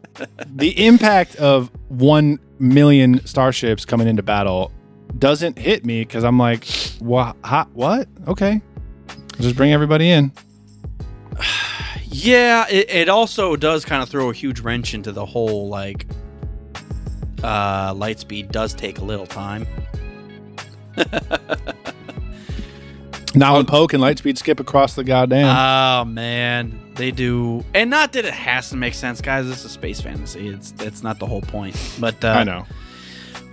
E: the impact of one million starships coming into battle doesn't hit me because I'm like, what? What? Okay, I'll just bring everybody in.
D: yeah. It, it also does kind of throw a huge wrench into the whole like. Uh, light speed does take a little time.
E: Now and Poe can lightspeed skip across the goddamn.
D: Oh man, they do, and not that it has to make sense, guys. This is space fantasy. It's that's not the whole point. But uh,
E: I know.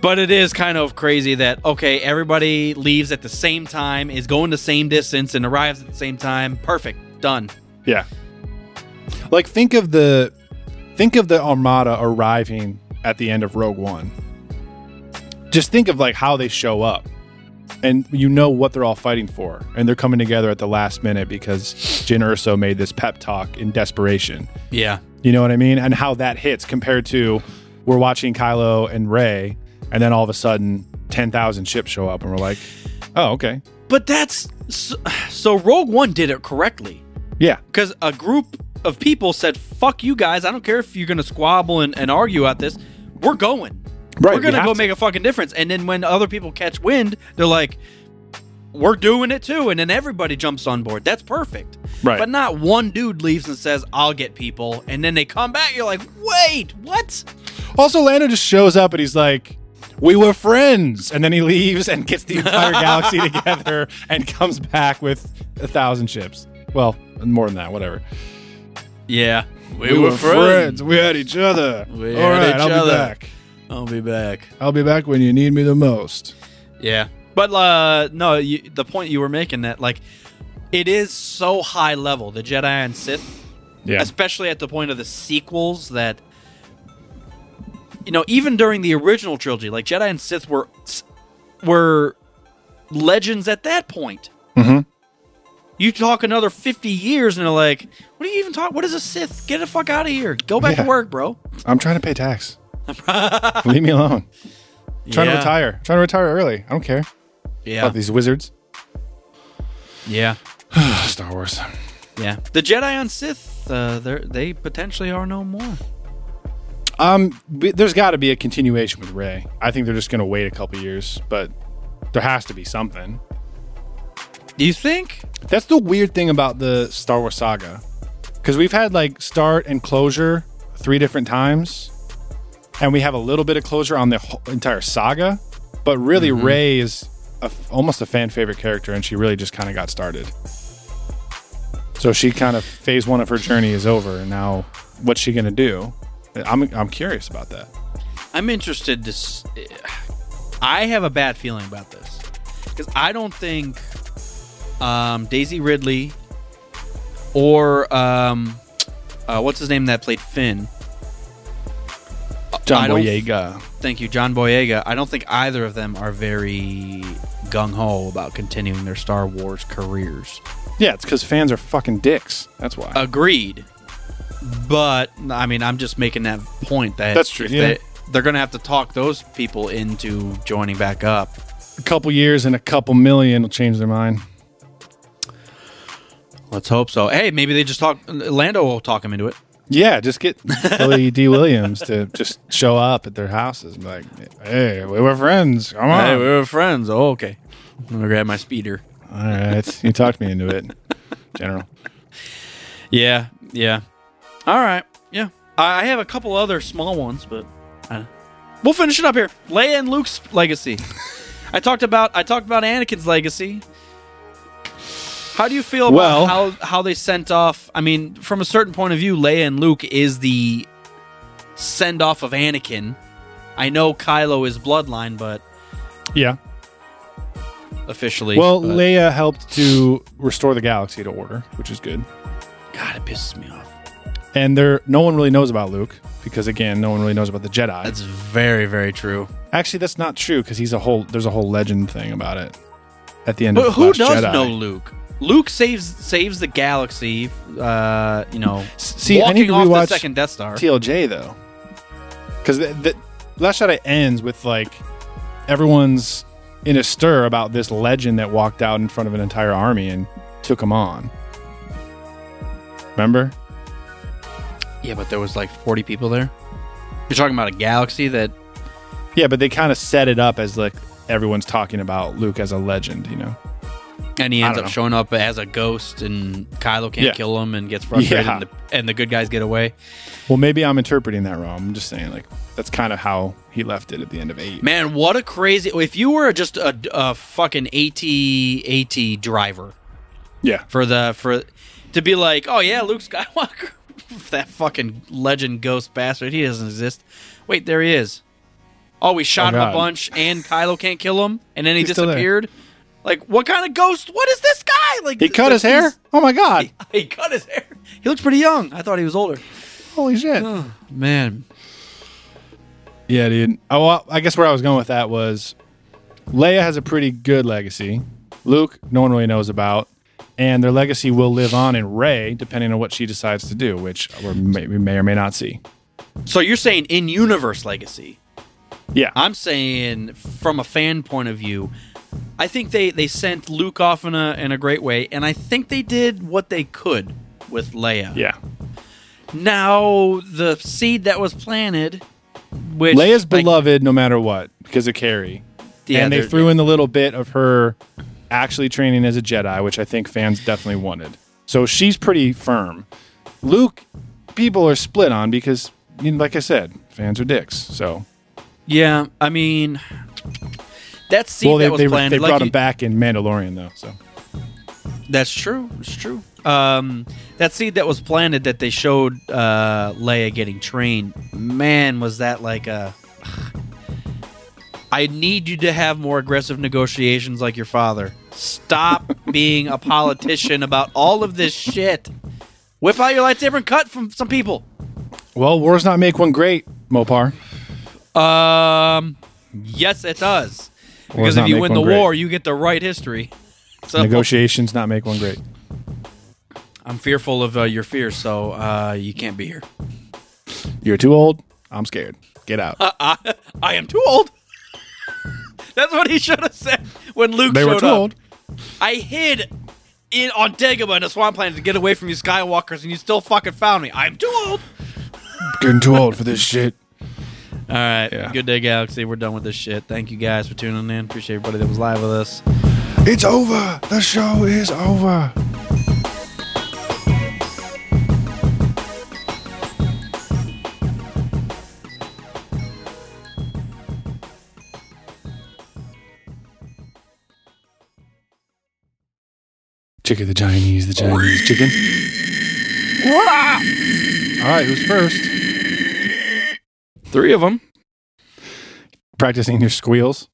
D: But it is kind of crazy that okay, everybody leaves at the same time, is going the same distance, and arrives at the same time. Perfect, done.
E: Yeah. Like think of the think of the armada arriving at the end of Rogue One. Just think of like how they show up. And you know what they're all fighting for. And they're coming together at the last minute because Jin Urso made this pep talk in desperation.
D: Yeah,
E: You know what I mean? And how that hits compared to we're watching Kylo and Rey, and then all of a sudden 10,000 ships show up and we're like, oh, okay.
D: but that's so, so Rogue One did it correctly
E: Yeah.
D: because a group of people said, "Fuck you guys! I don't care if you're gonna squabble and, and argue at this. We're going.
E: Right,
D: We're
E: we
D: gonna
E: have
D: go
E: to."
D: make a fucking difference." And then when other people catch wind, they're like, "We're doing it too!" And then everybody jumps on board. That's perfect.
E: Right.
D: But not one dude leaves and says, "I'll get people," and then they come back. You're like, "Wait, what?"
E: Also, Lando just shows up and he's like, "We were friends," and then he leaves and gets the entire galaxy together and comes back with a thousand ships. Well, more than that, whatever.
D: Yeah.
E: We had each other.
D: We had each
E: I'll
D: other.
E: be back.
D: I'll be back.
E: I'll be back when you need me the most.
D: Yeah. But uh, no, you, the point you were making that like
F: it is so high level the Jedi and Sith.
E: Yeah.
F: Especially at the point of the sequels that you know, even during the original trilogy, like Jedi and Sith were were legends at that point.
E: Mhm.
F: You talk another 50 years and they're like, "What are you even talking? What is a Sith? Get the fuck out of here. Go back
E: Yeah.
F: to work, bro."
E: I'm trying to pay tax. Leave me alone. trying
F: Yeah.
E: to retire. trying to retire early. I don't care.
F: Yeah.
E: About these wizards.
F: Yeah.
E: Star Wars.
F: Yeah. The Jedi and Sith, uh, they're- they potentially are no more.
E: Um, b- there's got to be a continuation with Ray. I think they're just going to wait a couple years, but there has to be something.
F: Do you think?
E: That's the weird thing about the Star Wars saga, because we've had like start and closure three different times, and we have a little bit of closure on the whole entire saga, but really
F: Mm-hmm.
E: Ray is a, almost a fan favorite character, and she really just kind of got started. So she kind of phase one of her journey is over, and now what's she going to do? I'm I'm curious about that.
F: I'm interested to. S- I have a bad feeling about this because I don't think um, Daisy Ridley or um, uh, what's his name that played Finn.
E: John
F: Uh, I don't-
E: Boyega.
F: Thank you, John Boyega. I don't think either of them are very gung ho about continuing their Star Wars careers.
E: Yeah, it's because fans are fucking dicks. That's why.
F: Agreed. But I mean, I'm just making that point that
E: That's true,
F: if
E: yeah.
F: They, they're going to have to talk those people into joining back up.
E: a couple years and a couple million will change their mind.
F: Let's hope so. Hey, maybe they just talk. Lando will talk him into it.
E: Yeah, just get Billy D. Williams to just show up at their houses and be like, hey, we were friends. Come on.
F: Hey, we were friends. Oh, okay. I'm gonna grab my speeder.
E: All right. You talked me into it, General.
F: Yeah, yeah. All right. Yeah, I I have a couple other small ones, but uh, we'll finish it up here. Leia and Luke's legacy. I talked about. I talked about Anakin's legacy. How do you feel about
E: Well-
F: how how they sent off? I mean, from a certain point of view, Leia and Luke is the send off of Anakin. I know Kylo is bloodline, but
E: Yeah.
F: officially.
E: Well,
F: but-
E: Leia helped to restore the galaxy to order, which is good.
F: God, it pisses me off.
E: And there, no one really knows about Luke because, again, no one really knows about the Jedi.
F: That's very, very true.
E: Actually, that's not true because he's a whole. There's a whole legend thing about it at the end
F: But
E: of
F: who
E: Last
F: does
E: Jedi.
F: know Luke? Luke saves saves the galaxy. Uh, you know,
E: See, I
F: walking
E: need to
F: off the
E: rewatch
F: second Death Star.
E: TLJ though, because the, the Last Jedi ends with like everyone's in a stir about this legend that walked out in front of an entire army and took him on. Remember?
F: yeah, but there was like forty people there. You're talking about a galaxy that
E: Yeah, but they kind of set it up as like everyone's talking about Luke as a legend, you know?
F: and he
E: I
F: ends
E: don't
F: up
E: know.
F: showing up as a ghost, and Kylo can't
E: Yeah.
F: kill him, and gets frustrated,
E: Yeah.
F: and, the, and the good guys get away.
E: Well, maybe I'm interpreting that wrong. I'm just saying like that's kind of how he left it at the end of eight.
F: Man, what a crazy! If you were just a, a fucking AT AT driver
E: Yeah,
F: for the for to be like, oh yeah, Luke Skywalker, that fucking legend ghost bastard, he doesn't exist. Wait, there he is. Oh, we shot
E: Oh,
F: him a
E: God.
F: bunch, and Kylo can't kill him, and then he
E: He's still there.
F: disappeared. Like, what kind of ghost? What is this guy? Like,
E: he cut
F: like,
E: his hair.
F: he's-
E: Oh my god!
F: He cut his hair. He looks pretty young. I thought he was older.
E: Holy shit!
F: Man,
E: Yeah, dude. Oh, well, I guess where I was going with that was Leia has a pretty good legacy. Luke, no one really knows about, and their legacy will live on in Rey, depending on what she decides to do, which we may, we may or may not see.
F: so you're saying in universe legacy?
E: Yeah,
F: I'm saying from a fan point of view, I think they, they sent Luke off in a in a great way, and I think they did what they could with Leia.
E: yeah.
F: Now the seed that was planted, which
E: Leia's
F: like,
E: beloved no matter what because of Carrie,
F: yeah,
E: and they
F: they're-
E: threw in the little bit of her actually training as a Jedi, which I think fans definitely wanted. So she's pretty firm. Luke, people are split on because, you know, like I said, fans are dicks. So
F: Yeah, I mean, that seed
E: well, they,
F: that was
E: they,
F: planted.
E: they
F: like
E: brought
F: you-
E: him back in Mandalorian though, so
F: That's true. It's true. Um, that seed that was planted that they showed uh, Leia getting trained. Man, was that like a. I need you to have more aggressive negotiations like your father. Stop being a politician about all of this shit. Whip out your lightsaber and cut from some people.
E: Well, wars not make one great, Mopar.
F: Um, yes, it does.
E: Wars
F: Because
E: not
F: if you
E: make
F: win
E: one
F: the
E: great.
F: war, you get to write history. So
E: Negotiations not make one great.
F: I'm fearful of uh, your fears, so uh, you can't be here.
E: You're too old. I'm scared. Get out.
F: I, I am too old. That's what he should have said when Luke
E: they
F: showed
E: were too
F: up.
E: old.
F: I hid in on Dagobah in a swamp planet to get away from you Skywalkers, and you still fucking found me. I'm too old.
E: Getting too old for this shit.
F: All right.
E: Yeah.
F: Good day, Galaxy. We're done with this shit. Thank you guys for tuning in. Appreciate everybody that was live with us.
G: It's over. The show is over.
E: Chicken the Chinese, the Chinese chicken. All right, who's first?
D: Three of them.
E: Practicing your squeals.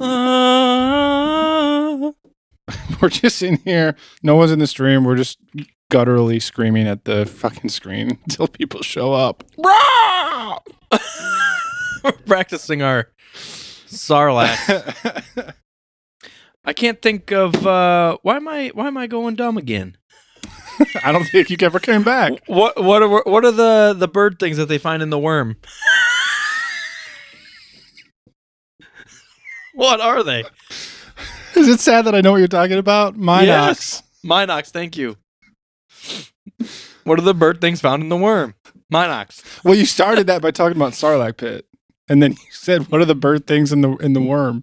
F: Uh,
E: We're just in here. No one's in the stream. We're just gutturally screaming at the fucking screen until people show up.
D: Practicing our Sarlacc. I can't think of uh, why am I why am I going dumb again?
E: I don't think you ever came back.
D: What what are what are the the bird things that they find in the worm? what are they?
E: Is it sad that I know what you're talking about? Minox.
D: Yes. Minox, thank you. What are the bird things found in the worm? Minox.
E: Well, you started that by talking about Sarlacc pit, and then you said, "What are the bird things in the in the worm?"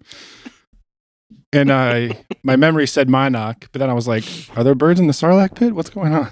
E: And I, my memory said Minoc, but then I was like, "Are there birds in the Sarlacc pit? What's going on?"